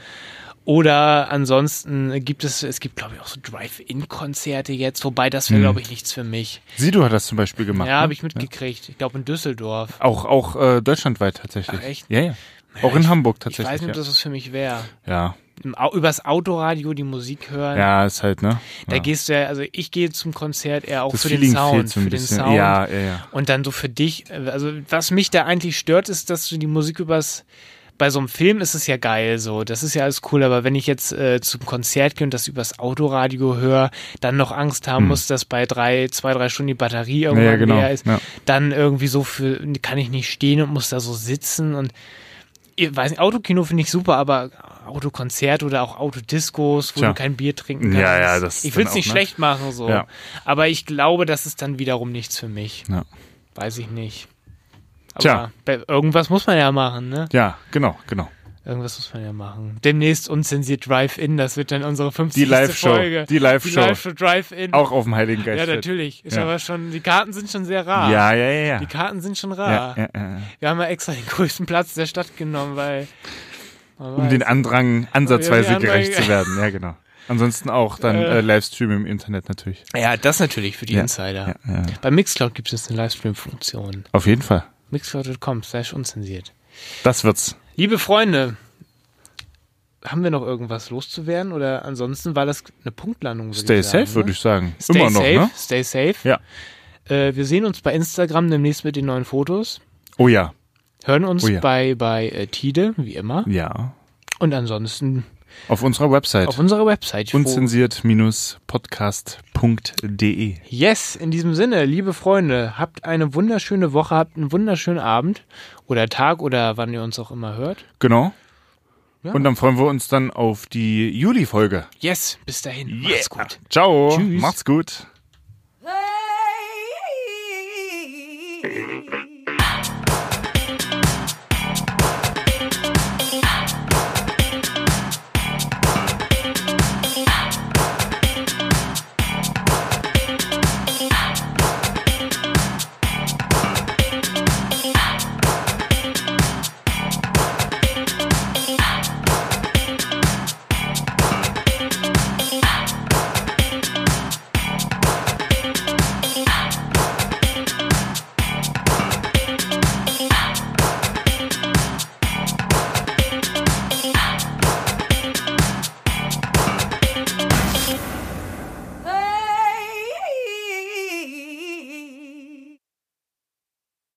B: oder ansonsten gibt es, es gibt glaube ich auch so Drive-In-Konzerte jetzt, wobei das
A: Mhm.
B: wäre glaube ich nichts für mich.
A: Sido hat das zum Beispiel gemacht.
B: Ja,
A: ne?
B: habe ich mitgekriegt. Ich glaube in Düsseldorf.
A: Auch, auch äh, deutschlandweit tatsächlich.
B: Ach, echt?
A: Ja, ja. Auch in Hamburg
B: Ich
A: tatsächlich.
B: weiß nicht, ob das was für mich wäre.
A: ja.
B: Im Au übers Autoradio die Musik hören.
A: Ja. ja, ist halt, ne?
B: Da
A: ja.
B: gehst du ja, also ich gehe zum Konzert eher auch
A: das
B: für
A: Feeling
B: den Sound,
A: fehlt so ein
B: für den
A: bisschen.
B: Sound.
A: Ja, ja, ja.
B: Und dann so für dich, äh, also was mich da eigentlich stört, ist, dass du die Musik übers bei so einem Film ist es ja geil so, das ist ja alles cool, aber wenn ich jetzt äh, zum Konzert gehe und das übers Autoradio höre, dann noch Angst haben muss, dass bei drei, zwei, drei Stunden die Batterie irgendwann
A: Hm. Ja, genau.
B: leer ist,
A: Ja.
B: dann irgendwie so für, kann ich nicht stehen und muss da so sitzen und ich weiß nicht, Autokino finde ich super, aber Autokonzert oder auch Autodiscos, wo
A: Tja.
B: du kein Bier trinken kannst.
A: Ja, ja, das ist
B: ich will
A: dann
B: es
A: auch,
B: nicht
A: ne?
B: schlecht machen so,
A: Ja.
B: aber ich glaube, das ist dann wiederum nichts für mich.
A: Ja.
B: Weiß ich nicht. Aber
A: Tja.
B: bei- Irgendwas muss man ja machen, ne?
A: ja, genau, genau.
B: Irgendwas muss man ja machen. Demnächst unzensiert Drive-In, das wird dann unsere 50.
A: Die Live-Show,
B: Folge.
A: die Live-Show.
B: Drive-In.
A: Auch auf dem Heiligen Geist.
B: Ja, natürlich. Ist
A: Ja.
B: aber schon, die Karten sind schon sehr rar.
A: Ja, ja, ja.
B: Die
A: ja.
B: Karten sind schon
A: Ja,
B: rar.
A: ja, ja.
B: Wir haben ja extra den größten Platz der Stadt genommen, weil. man
A: Um
B: weiß.
A: den Andrang ansatzweise
B: Ja, die Andrang-
A: gerecht zu werden, ja, genau. Ansonsten auch dann äh, Livestream im Internet natürlich.
B: ja, das natürlich für die
A: Ja,
B: Insider.
A: Ja, ja.
B: Bei Mixcloud gibt es jetzt eine Livestream-Funktion.
A: Auf jeden Fall.
B: Mixcloud.com slash unzensiert.
A: Das wird's.
B: Liebe Freunde, haben wir noch irgendwas loszuwerden? Oder ansonsten war das eine Punktlandung. würde
A: Stay
B: ich sagen,
A: safe, würde
B: ne?
A: ich sagen.
B: Stay
A: Immer noch,
B: safe,
A: ne?
B: Stay safe.
A: Ja.
B: Äh, wir sehen uns bei Instagram demnächst mit den neuen Fotos.
A: Oh ja.
B: Hören uns
A: Oh ja.
B: bei, bei äh, Tide, wie immer.
A: Ja.
B: Und ansonsten
A: Auf unserer Website.
B: auf unserer Website. wo-
A: Unzensiert-podcast.de.
B: Yes, in diesem Sinne, liebe Freunde, habt eine wunderschöne Woche, habt einen wunderschönen Abend oder Tag oder wann ihr uns auch immer hört.
A: Genau. Und dann freuen wir uns dann auf die Juli-Folge.
B: Yes, bis dahin. Macht's gut.
A: Ciao.
B: Tschüss.
A: Macht's gut.
E: Hey.